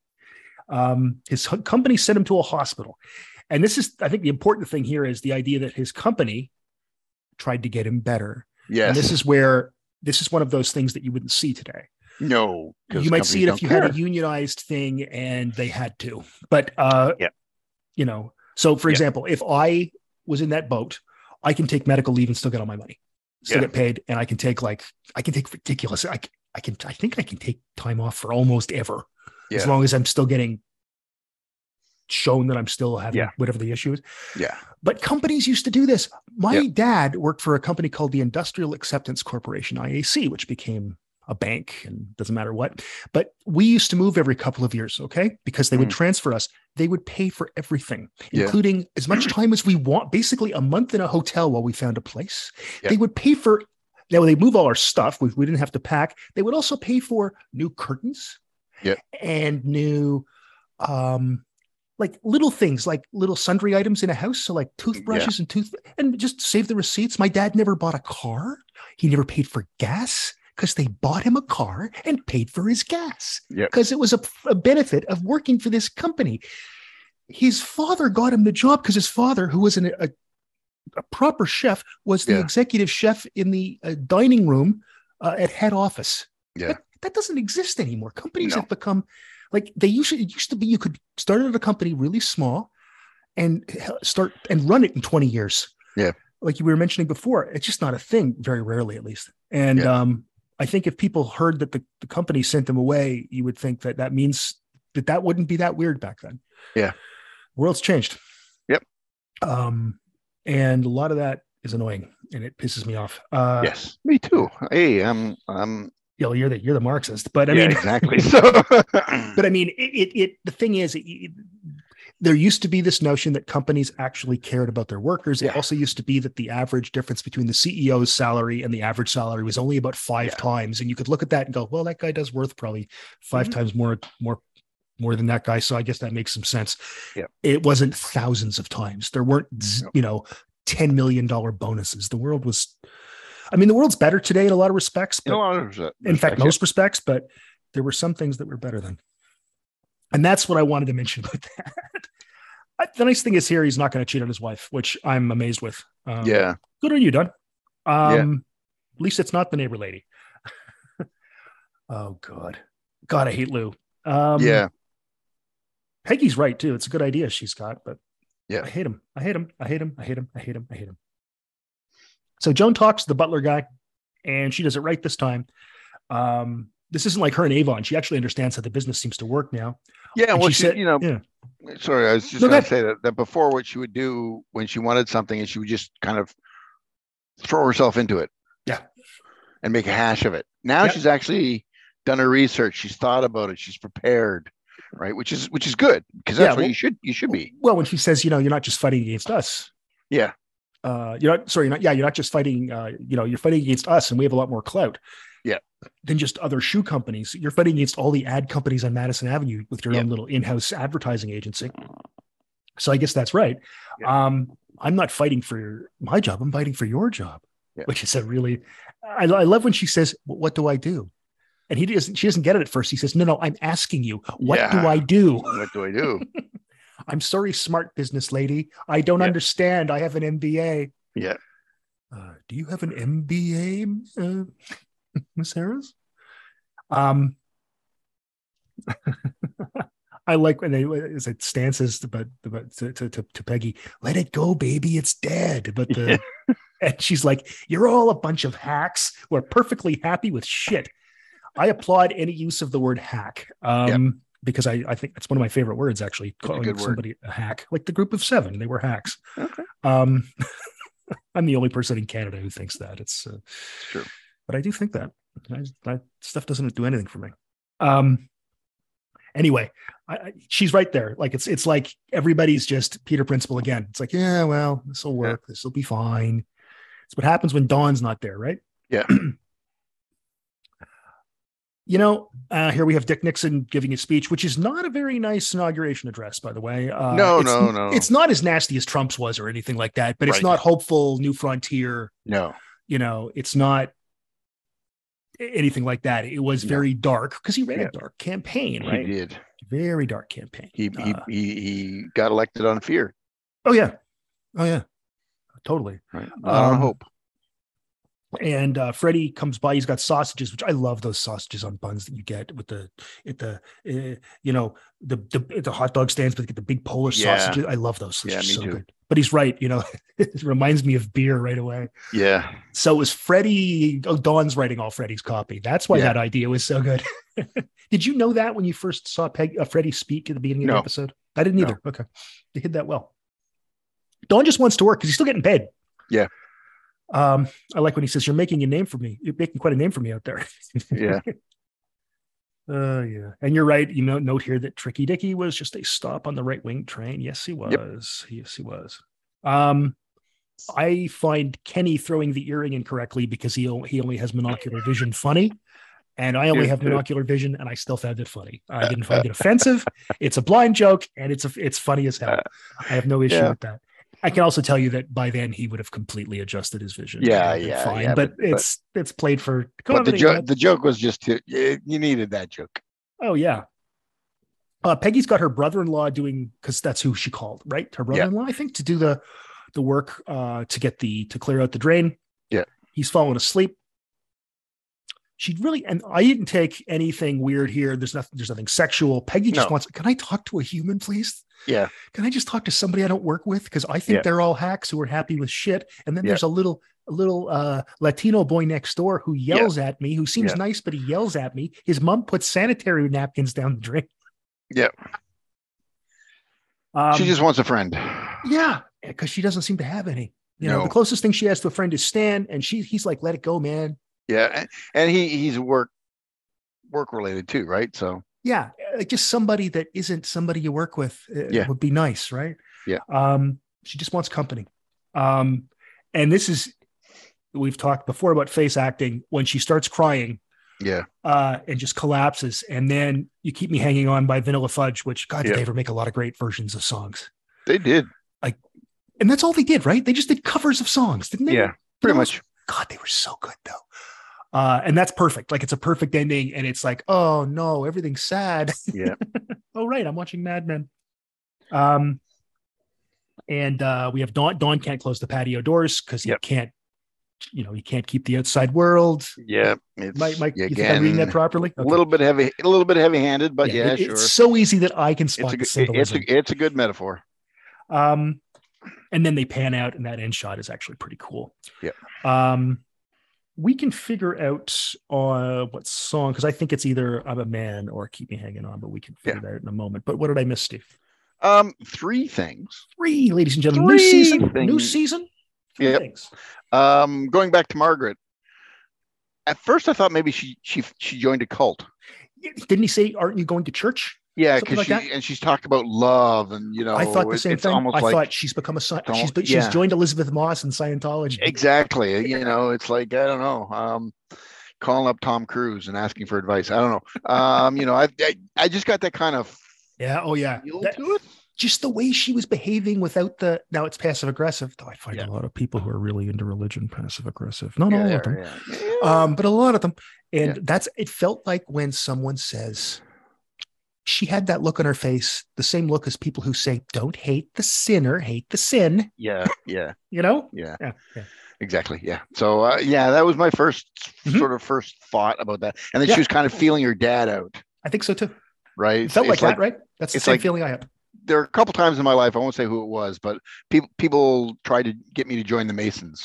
S2: um, his hu- company sent him to a hospital. And this is, I think, the important thing here is the idea that his company tried to get him better.
S3: Yes.
S2: And this is where this is one of those things that you wouldn't see today.
S3: no. 'cause
S2: You might see it if
S3: companies
S2: you
S3: don't
S2: had a
S3: care.
S2: unionized thing and they had to. But uh
S3: Yeah.
S2: you know, so for
S3: Yeah.
S2: example, if I was in that boat, I can take medical leave and still get all my money. Still
S3: Yeah.
S2: get paid and I can take like I can take ridiculous I c- I can I think I can take time off for almost ever as
S3: Yeah.
S2: long as I'm still getting shown that I'm still having
S3: Yeah.
S2: whatever the issue is.
S3: Yeah.
S2: But companies used to do this. My dad worked for a company called the Industrial Acceptance Corporation, IAC, which became a bank and doesn't matter what. But we used to move every couple of years, okay? Because they would
S3: Mhm.
S2: transfer us. They would pay for everything,
S3: Yeah.
S2: including as much time as we want, basically a month in a hotel while we found a place.
S3: Yeah.
S2: They would pay for, now they move all our stuff. We, we didn't have to pack. They would also pay for new curtains
S3: Yeah.
S2: and new um, like little things like little sundry items in a house so like toothbrushes and tooth and just save the receipts my dad never bought a car he never paid for gas because they bought him a car and paid for his gas
S3: Yep.
S2: because it was a, a benefit of working for this company his father got him the job because his father who was an, a a proper chef, was the
S3: Yeah.
S2: executive chef in the uh, dining room uh, at head office.
S3: Yeah.
S2: That, that doesn't exist anymore. Companies
S3: No.
S2: have become like they usually it used to be you could start at a company really small and h- start and run it in 20 years.
S3: Yeah.
S2: Like you were mentioning before, it's just not a thing, very rarely at least. And
S3: Yeah.
S2: um, I think if people heard that the, the company sent them away, you would think that that means that that wouldn't be that weird back then.
S3: Yeah.
S2: World's changed.
S3: Yep.
S2: Um, and a lot of that is annoying and it pisses me off. Uh,
S3: yes, me too. Hey, I'm I'm.
S2: you know, you're the, you're the Marxist, but I
S3: yeah,
S2: mean,
S3: exactly. So, Hmm.
S2: but I mean, it, it, it the thing is, it, it- there used to be this notion that companies actually cared about their workers. It
S3: Yeah.
S2: also used to be that the average difference between the CEO's salary and the average salary was only about five
S3: Yeah.
S2: times, and you could look at that and go, "Well, that guy does worth probably 5
S3: Mhm.
S2: times more, more, more than that guy." So I guess that makes some sense.
S3: Yeah.
S2: It wasn't thousands of times. There weren't, z
S3: No.
S2: you know, ten million dollar bonuses. The world was, I mean, the world's better today in a lot of respects,
S3: in a
S2: but
S3: lot of res-
S2: in
S3: respects,
S2: fact
S3: yeah.
S2: most respects but there were some things that were better than and that's what i wanted to mention about that Uh, the nice thing is here he's not going to cheat on his wife which i'm amazed with um,
S3: yeah,
S2: good on you don um
S3: Yeah.
S2: at least it's not the neighbor lady oh god god i hate lou um
S3: yeah,
S2: peggy's right too it's a good idea she's got but
S3: Yeah.
S2: i hate him i hate him i hate him i hate him i hate him i hate him so joan talks to the butler guy and she does it right this time. Um, this isn't like her and Avon. She actually understands how the business seems to work now.
S3: yeah.
S2: And
S3: Well,
S2: she
S3: she,
S2: said-
S3: you know,
S2: yeah.
S3: sorry, I was just
S2: No, go
S3: going
S2: ahead.
S3: to say that, that before what she would do when she wanted something and she would just kind of throw herself into it.
S2: Yeah.
S3: And make a hash of it. Now
S2: Yep.
S3: she's actually done her research. She's thought about it. She's prepared, right? Which is which is good because
S2: Yeah,
S3: that's what
S2: well-
S3: you should you should be.
S2: Well, when she says, you know, you're not just fighting against us.
S3: Yeah.
S2: Uh, you're not sorry, you're not yeah, you're not just fighting uh, you know, you're fighting against us and we have a lot more clout.
S3: Yeah.
S2: Than just other shoe companies. You're fighting against all the ad companies on Madison Avenue with your
S3: Yeah.
S2: own little in-house advertising agency. So I guess that's right.
S3: Yeah.
S2: Um, I'm not fighting for my job, I'm fighting for your job.
S3: Yeah.
S2: Which is a really I, I love when she says, "Wh- "What do I do?" And he doesn't. She doesn't get it at first. He says, "No, no, I'm asking you. What do
S3: Yeah.
S2: I do?"
S3: What do I do?
S2: I'm sorry, smart business lady. I don't
S3: Yeah.
S2: understand. I have an MBA.
S3: Yeah.
S2: Uh, do you have an MBA, uh, Miss Harris? Um, I like when they is it stances about, about to, to, to, to Peggy. Let it go, baby. It's dead. But the and she's like, "You're all a bunch of hacks who are perfectly happy with shit." I applaud any use of the word hack. Um, Because I, I think that's one of my favorite words, actually,
S3: a
S2: calling
S3: good word.
S2: somebody a hack. Like the group of seven, they were hacks.
S3: Okay.
S2: Um, I'm the only person in Canada who thinks that. It's uh,
S3: true.
S2: but I do think that I, that stuff doesn't do anything for me. Um, anyway, I, I, she's right there. Like it's it's like everybody's just Peter Principle again. It's like yeah, well, this will work. This will be fine. It's what happens when Dawn's not there, right?
S3: Yeah.
S2: You know, uh, here we have Dick Nixon giving a speech, which is not a very nice inauguration address, by the way. Uh,
S3: No,
S2: it's-
S3: no, no.
S2: It's not as nasty as Trump's was or anything like that, but it's
S3: Right.
S2: not hopeful, new frontier
S3: No.
S2: you know it's not anything like that it was
S3: No.
S2: very dark because he ran
S3: Yeah.
S2: a dark campaign
S3: He
S2: right
S3: did.
S2: very dark campaign
S3: He, he
S2: Uh,
S3: he he got elected on fear,
S2: oh yeah oh yeah totally
S3: right? Not on
S2: Um,
S3: hope.
S2: and uh freddie comes by he's got sausages which i love those sausages on buns that you get with the at the uh, you know the, the the hot dog stands but they get the big polish
S3: Yeah.
S2: sausages i love those
S3: Yeah,
S2: They're
S3: me
S2: so
S3: too.
S2: good. but he's right you know it reminds me of beer right away
S3: Yeah.
S2: So it was Freddie oh, Dawn's writing all Freddie's copy. That's why
S3: Yeah.
S2: that idea was so good. Did you know that when you first saw Peg, uh, Freddie speak at the beginning of the
S3: No.
S2: episode? I didn't
S3: No.
S2: either. Okay. They hid that well. Dawn just wants to work because he's still getting paid.
S3: Yeah.
S2: Um, I like when he says, You're making a name for me. You're making quite a name for me out there.
S3: Yeah.
S2: Oh, yeah. And you're right. You know, note here that Tricky Dicky was just a stop on the right wing train. Yes, he was. Yes, he was. Um, I find Kenny throwing the earring incorrectly because he, o- he only has monocular vision funny. And I only
S3: Yeah,
S2: have
S3: yeah.
S2: monocular vision, and I still found it funny. I didn't find it offensive. It's a blind joke, and it's a, it's funny as hell. I have no issue
S3: Yeah.
S2: with that. I can also tell you that by then he would have completely adjusted his vision. It would
S3: Yeah,
S2: have been
S3: yeah,
S2: fine.
S3: yeah,
S2: but,
S3: but- but-
S2: it's it's played for
S3: But the
S2: comedy,
S3: joke
S2: not-
S3: the joke was just to, you you needed that joke.
S2: Oh yeah. Uh, Peggy's got her brother-in-law doing because that's who she called, right? Her brother-in-law, I think, to do the the work uh, to get the to clear out the drain.
S3: Yeah.
S2: he's fallen asleep. She really and I didn't take anything weird here. There's nothing. There's nothing sexual. Peggy just
S3: No.
S2: wants. Can I talk to a human, please?
S3: Yeah.
S2: Can I just talk to somebody I don't work with? Because I think
S3: Yeah.
S2: they're all hacks who are happy with shit. And then
S3: Yeah.
S2: there's a little a little uh, Latino boy next door who
S3: Yeah.
S2: yells at me, who seems
S3: Yeah.
S2: nice, but he yells at me. His mom puts sanitary napkins down the drain.
S3: Yeah.
S2: Um,
S3: she just wants a friend.
S2: yeah, because she doesn't seem to have any. You know,
S3: No.
S2: the closest thing she has to a friend is Stan, and she he's like, "Let it go, man."
S3: Yeah, and, and he he's work work related too, right? So
S2: Yeah, like just somebody that isn't somebody you work with uh,
S3: Yeah.
S2: would be nice, right?
S3: Yeah.
S2: Um, she just wants company. Um, and this is we've talked before about face acting when she starts crying
S3: yeah,
S2: uh, and just collapses, and then you keep me hanging on by Vanilla Fudge, which God, did
S3: Yeah.
S2: they ever make a lot of great versions of songs?
S3: they did.
S2: And that's all they did, right? They just did covers of songs, didn't they?
S3: Yeah, pretty
S2: Vanilla
S3: much.
S2: God, they were so good though. Uh, and that's perfect. Like it's a perfect ending, and it's like, oh no, everything's sad.
S3: Yeah.
S2: oh right, I'm watching Mad Men. Um, and uh, we have Don. Don can't close the patio doors because he
S3: Yep.
S2: can't. You know, he can't keep the outside world.
S3: Yeah, it's
S2: Mike, Mike, you think I'm
S3: again
S2: reading that properly?
S3: a
S2: Okay.
S3: little bit heavy, a little bit heavy handed, but yeah,
S2: it-
S3: sure.
S2: It's so easy that I can
S3: It's
S2: spot
S3: a,
S2: the
S3: good- it- it's
S2: symbolism.
S3: a it's a good metaphor.
S2: Um, and then they pan out, and that end shot is actually pretty cool.
S3: Yeah.
S2: Um, we can figure out uh, what song because I think it's either "I'm a Man" or "Keep Me Hanging On," but we can figure that out in a moment. But what did I miss, Steve?
S3: Um, three things.
S2: Three, ladies and gentlemen, new
S3: Three
S2: season, new
S3: things.
S2: season. Three
S3: Yep.
S2: things.
S3: Um, going back to Margaret. At first, I thought maybe she she she joined a cult.
S2: Didn't he say, "Aren't you going to church?"
S3: Yeah,
S2: Something
S3: because
S2: like
S3: she
S2: that.
S3: and she's talked about love and you know.
S2: I thought the
S3: it-
S2: same
S3: Oh, it's
S2: thing. I
S3: Almost like,
S2: thought she's become a sci-
S3: Don't-
S2: she's be-
S3: yeah.
S2: she's joined Elizabeth Moss in Scientology.
S3: Exactly. You know, it's like I don't know. Um, calling up Tom Cruise and asking for advice. I don't know. Um, you know, I I, I just got that kind of
S2: Yeah. Oh yeah.
S3: feel
S2: That-
S3: to it.
S2: just the way she was behaving without the now it's passive aggressive though i find
S3: Yeah.
S2: a lot of people who are really into religion passive aggressive not
S3: Yeah,
S2: all
S3: yeah,
S2: of them
S3: yeah.
S2: um but a lot of them and
S3: Yeah.
S2: that's it felt like when someone says she had that look on her face the same look as people who say don't hate the sinner hate the sin
S3: yeah, yeah,
S2: you know
S3: yeah,
S2: yeah, yeah.
S3: exactly. Yeah. So uh, yeah, that was my 1st
S2: Mhm.
S3: sort of first thought about that, and then
S2: Yeah.
S3: she was kind of feeling her dad out,
S2: i think so too
S3: right?
S2: it felt like,
S3: It's
S2: that right that's the
S3: it's
S2: same
S3: like- uh,
S2: feeling i had
S3: There are a couple times in my life, I won't say who it was, but people people tried to get me to join the Masons,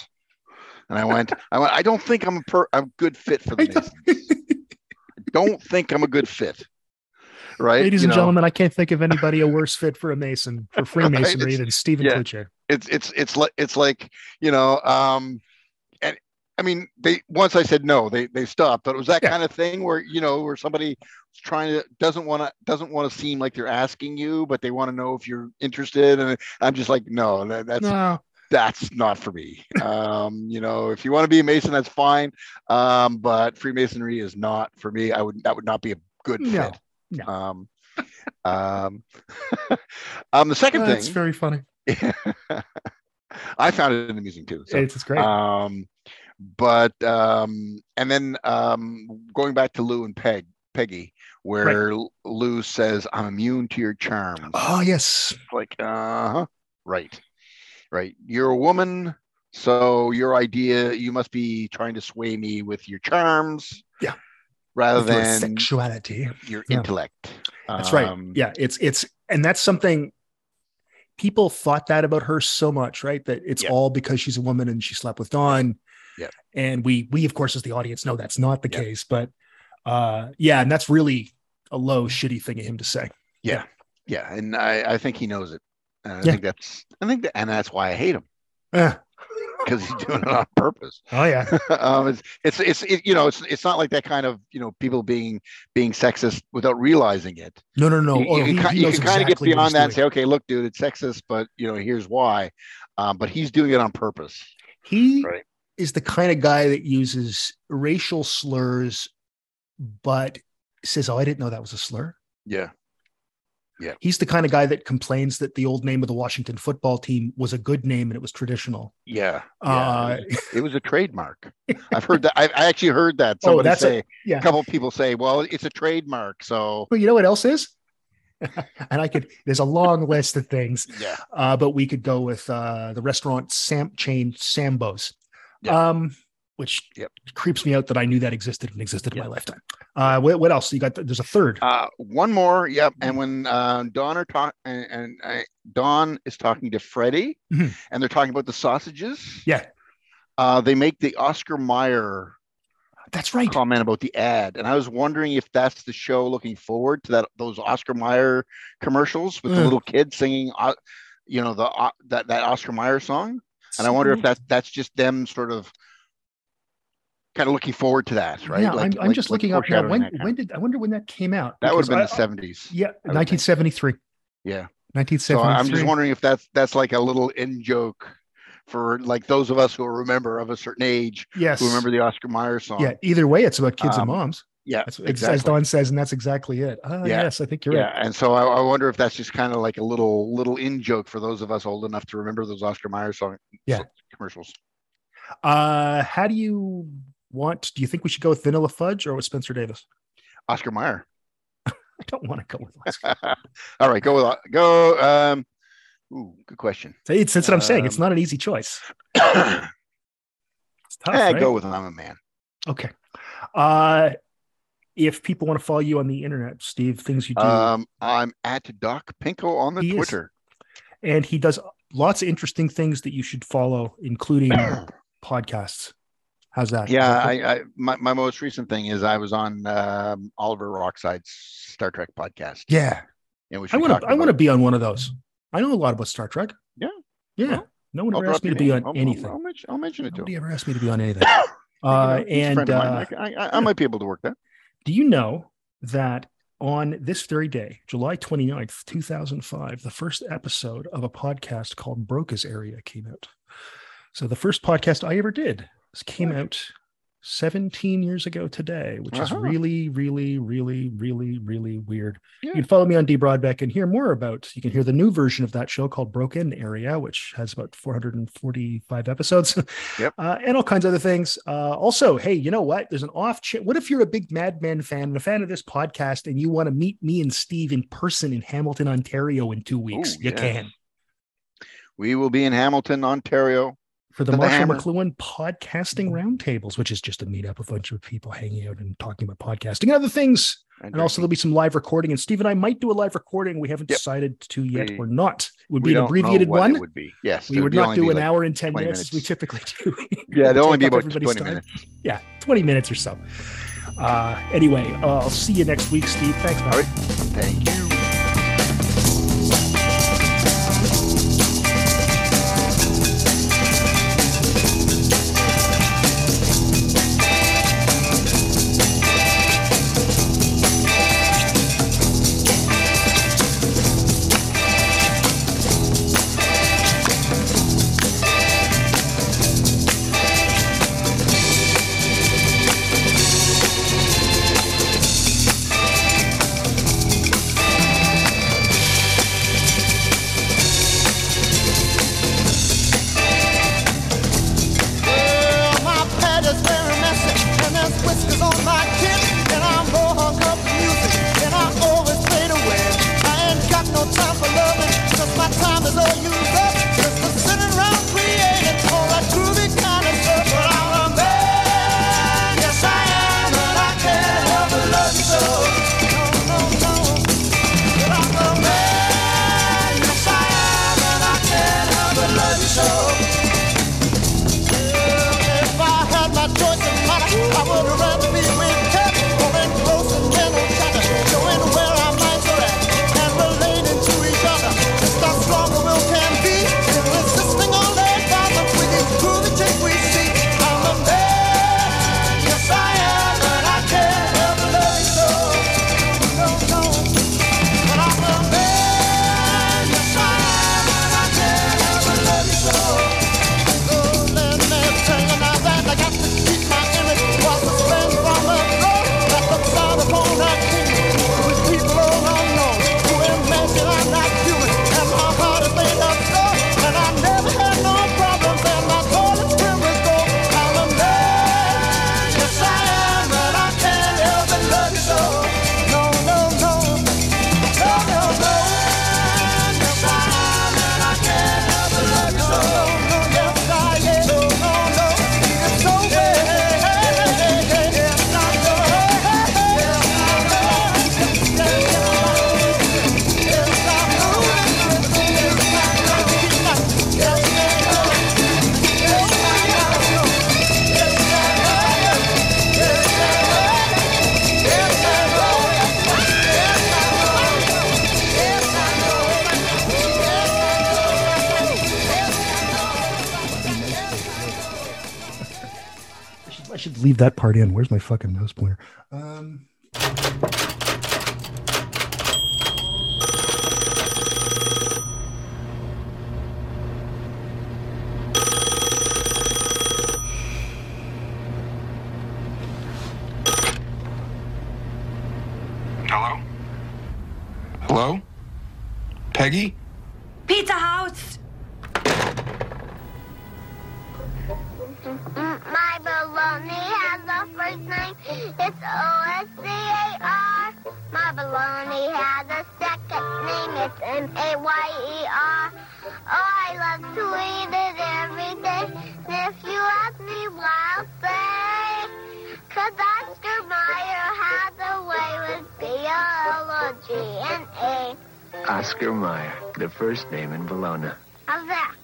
S3: and I went, I went, I don't think I'm a per, a good fit for the
S2: I don't-
S3: Masons. I don't think I'm a good fit. Right,
S2: ladies
S3: You
S2: and
S3: know,
S2: gentlemen i can't think of anybody a worse fit for a mason for freemasonry
S3: It's-
S2: than stephen
S3: yeah.
S2: Klucher.
S3: it's it's it's like it's like you know, um, and I mean, they once I said no, they they stopped, but it was that
S2: Yeah.
S3: kind of thing where you know, where somebody is trying to doesn't want to doesn't want to seem like they're asking you, but they want to know if you're interested, and I'm just like, no, that, that's
S2: no
S3: that's not for me. Um, you know, if you want to be a Mason, that's fine. Um, but Freemasonry is not for me. I would that would not be a good
S2: No,
S3: fit.
S2: no.
S3: Um, um, um, the second
S2: that's
S3: thing
S2: very funny
S3: I found it amusing too. So,
S2: it's, it's great
S3: um, but um, and then um, going back to Lou and Peg, Peggy, where Lou says, "I'm immune to your charms."
S2: Oh yes,
S3: like uh-huh right right you're a woman so your idea you must be trying to sway me with your charms
S2: Yeah.
S3: rather
S2: With your
S3: than
S2: sexuality.
S3: your
S2: Yeah.
S3: intellect
S2: That's right.
S3: Um,
S2: Yeah, it's it's and that's something people thought that about her so much, right? That it's
S3: Yeah.
S2: all because she's a woman and she slept with Don.
S3: Yeah.
S2: And we we of course as the audience know that's not the
S3: Yeah.
S2: case, but uh yeah, and that's really a low shitty thing of him to say.
S3: yeah and i i think he knows it and i
S2: Yeah.
S3: think that's i think that, and that's why i hate him
S2: Eh,
S3: because he's doing it on purpose
S2: oh yeah.
S3: um it's it's, it's it, you know it's it's not like that kind of you know people being being sexist without realizing it
S2: No, no, no.
S3: you,
S2: Oh,
S3: you
S2: he-
S3: can,
S2: he
S3: you
S2: knows
S3: can kind of get
S2: exactly what he's
S3: beyond that and
S2: doing.
S3: say, okay, look, dude, it's sexist, but you know, here's why. Um, but he's doing it on purpose.
S2: He
S3: Right.
S2: is the kind of guy that uses racial slurs, but says, "Oh, I didn't know that was a slur."
S3: Yeah.
S2: He's the kind of guy that complains that the old name of the Washington football team was a good name and it was traditional.
S3: Yeah.
S2: Uh,
S3: it, was, it was a trademark. I've heard that. I've, I actually heard that
S2: Oh,
S3: somebody
S2: that's a-
S3: say,
S2: yeah.
S3: a couple people say, well, it's a trademark. So
S2: But you know what else is? and I could. There's a long list of things,
S3: Yeah.
S2: uh, but we could go with uh, the restaurant Sam chain Sambo's,
S3: Yeah.
S2: um, which
S3: Yep.
S2: creeps me out that I knew that existed and existed in
S3: Yeah.
S2: my lifetime. Uh, what, what else? You got? There's a third.
S3: Uh, one more. Yep. And when uh, Dawn are talk and, and uh, Dawn is talking to Freddie,
S2: Mhm.
S3: and they're talking about the sausages.
S2: Yeah.
S3: Uh, they make the Oscar Mayer
S2: That's right.
S3: comment about the ad, and I was wondering if that's the show looking forward to that those Oscar Mayer commercials with the
S2: Ugh.
S3: little kid singing, uh, you know, the uh, that that Oscar Mayer song. And I wonder if that that's just them sort of kind of looking forward to that, right?
S2: Yeah,
S3: Like-
S2: I'm, I'm
S3: like-
S2: just
S3: like
S2: looking up now.
S3: foreshadowing
S2: When
S3: that, kind of-
S2: when did I wonder when that came out?
S3: that would have been
S2: Because
S3: the
S2: I-
S3: seventies.
S2: Yeah,
S3: think.
S2: 1973.
S3: Yeah. So
S2: 1973.
S3: I'm just wondering if that's that's like a little in joke for like those of us who remember of a certain age
S2: Yes.
S3: who remember the Oscar Mayer song.
S2: Yeah. Either way, it's about kids and
S3: Um,
S2: moms.
S3: yeah,
S2: That's, ex- As
S3: exactly.
S2: Don says, and that's exactly it. Ah,
S3: Yeah.
S2: Yes, I think you're
S3: Yeah,
S2: right.
S3: and so I, I wonder if that's just kind of like a little little in joke for those of us old enough to remember those Oscar Mayer song
S2: Yeah.
S3: commercials.
S2: Uh, how do you want? Do you think we should go with Vanilla Fudge or with Spencer Davis?
S3: Oscar Mayer.
S2: I don't want to go with. Oscar.
S3: All right, go with go. Um, ooh, good question.
S2: See, it's, that's what I'm saying. It's
S3: Um,
S2: not an easy choice.
S3: eh,
S2: It's tough. right?
S3: Go with I'm a man.
S2: Okay. Uh, if people want to follow you on the internet, Steve, things you do,
S3: Um, I'm at Doc Pinko on the
S2: He is-
S3: Twitter.
S2: and he does lots of interesting things that you should follow, including podcasts. How's that?
S3: Yeah, I, I my, my most recent thing is I was on um, Oliver Rockside's Star Trek podcast.
S2: yeah.
S3: and which
S2: I
S3: we
S2: want
S3: talked
S2: to. I want to
S3: about.
S2: be on one of those. I know a lot about Star Trek.
S3: Yeah.
S2: Yeah.
S3: Well,
S2: no one
S3: I'll
S2: ever
S3: drop
S2: asked me
S3: your
S2: to be
S3: name.
S2: on
S3: I'll- I'll-
S2: anything.
S3: I'll, mention, I'll mention it to
S2: Nobody
S3: him.
S2: ever asked me to be on anything.
S3: You
S2: Uh,
S3: know, he's a
S2: and
S3: friend of mine.
S2: uh,
S3: I, I, I might be able to work that.
S2: do you know that on this very day, July 29th, 2005, the first episode of a podcast called Broca's Area came out? So the first podcast I ever did came out 17 years ago today, which is
S3: Uh-huh.
S2: really, really, really, really, really weird.
S3: Yeah.
S2: You can follow me on D Broadbeck and hear more about. You can hear the new version of that show called Broken Area, which has about 445 episodes,
S3: Yep.
S2: uh, and all kinds of other things. Uh, also, hey, you know what? There's an off. Ch- what if you're a big Mad Men fan and a fan of this podcast, and you want to meet me and Steve in person in Hamilton, Ontario, in two weeks?
S3: Ooh,
S2: you
S3: yes.
S2: can.
S3: We will be in Hamilton, Ontario.
S2: for the
S3: To the
S2: Marshall
S3: hammer. Mm-hmm.
S2: McLuhan podcasting roundtables, which is just a meetup of a bunch of people hanging out and talking about podcasting and other things. And also, there'll be some live recording. And Steve and I might do a live recording. We haven't
S3: Yep.
S2: decided to yet
S3: We-
S2: or not. It would
S3: we
S2: be
S3: don't
S2: an
S3: know
S2: abbreviated
S3: what It
S2: one.
S3: would be yes.
S2: We
S3: it
S2: would
S3: be
S2: not
S3: only
S2: do
S3: be
S2: an
S3: like-
S2: hour and 10
S3: 20
S2: minutes, as we
S3: minutes.
S2: typically do.
S3: Yeah, it'd
S2: Take
S3: only be
S2: up
S3: about
S2: everybody's
S3: twenty
S2: time.
S3: minutes.
S2: Yeah, 20 minutes or so. Uh, anyway, uh, I'll see you next week, Steve. Thanks, man.
S3: All right. Thank you.
S4: Well, my pad is very messy, and there's whiskers on my chin, and I'm more hung up for music, and I always play to win. I ain't got no time for loving, 'cause my time is all used up. Just for sitting around creating all that groovy kind of stuff. But I'm a man, yes I am, and I can't help but love you so. No, no, no. But I'm a man, yes I am, and I can't help but love you so. If I had my choice in life, I would rather be with Cat or in close and gentle chatter, showing where our minds are at and relating to each other. Just how strong a will can
S5: leave that part in. Where's my fucking nose pointer? Um,
S6: Hello? Hello? Peggy?
S7: Pizza House!
S8: My baloney has a first name. It's O S C A R. My baloney has a second name. It's M A Y E R. Oh, I love to eat it every day. And if you ask me why, I'll say, 'Cause Oscar Mayer has a way with biology and A.
S9: Oscar Meyer, the first name in Bologna.
S8: How's that?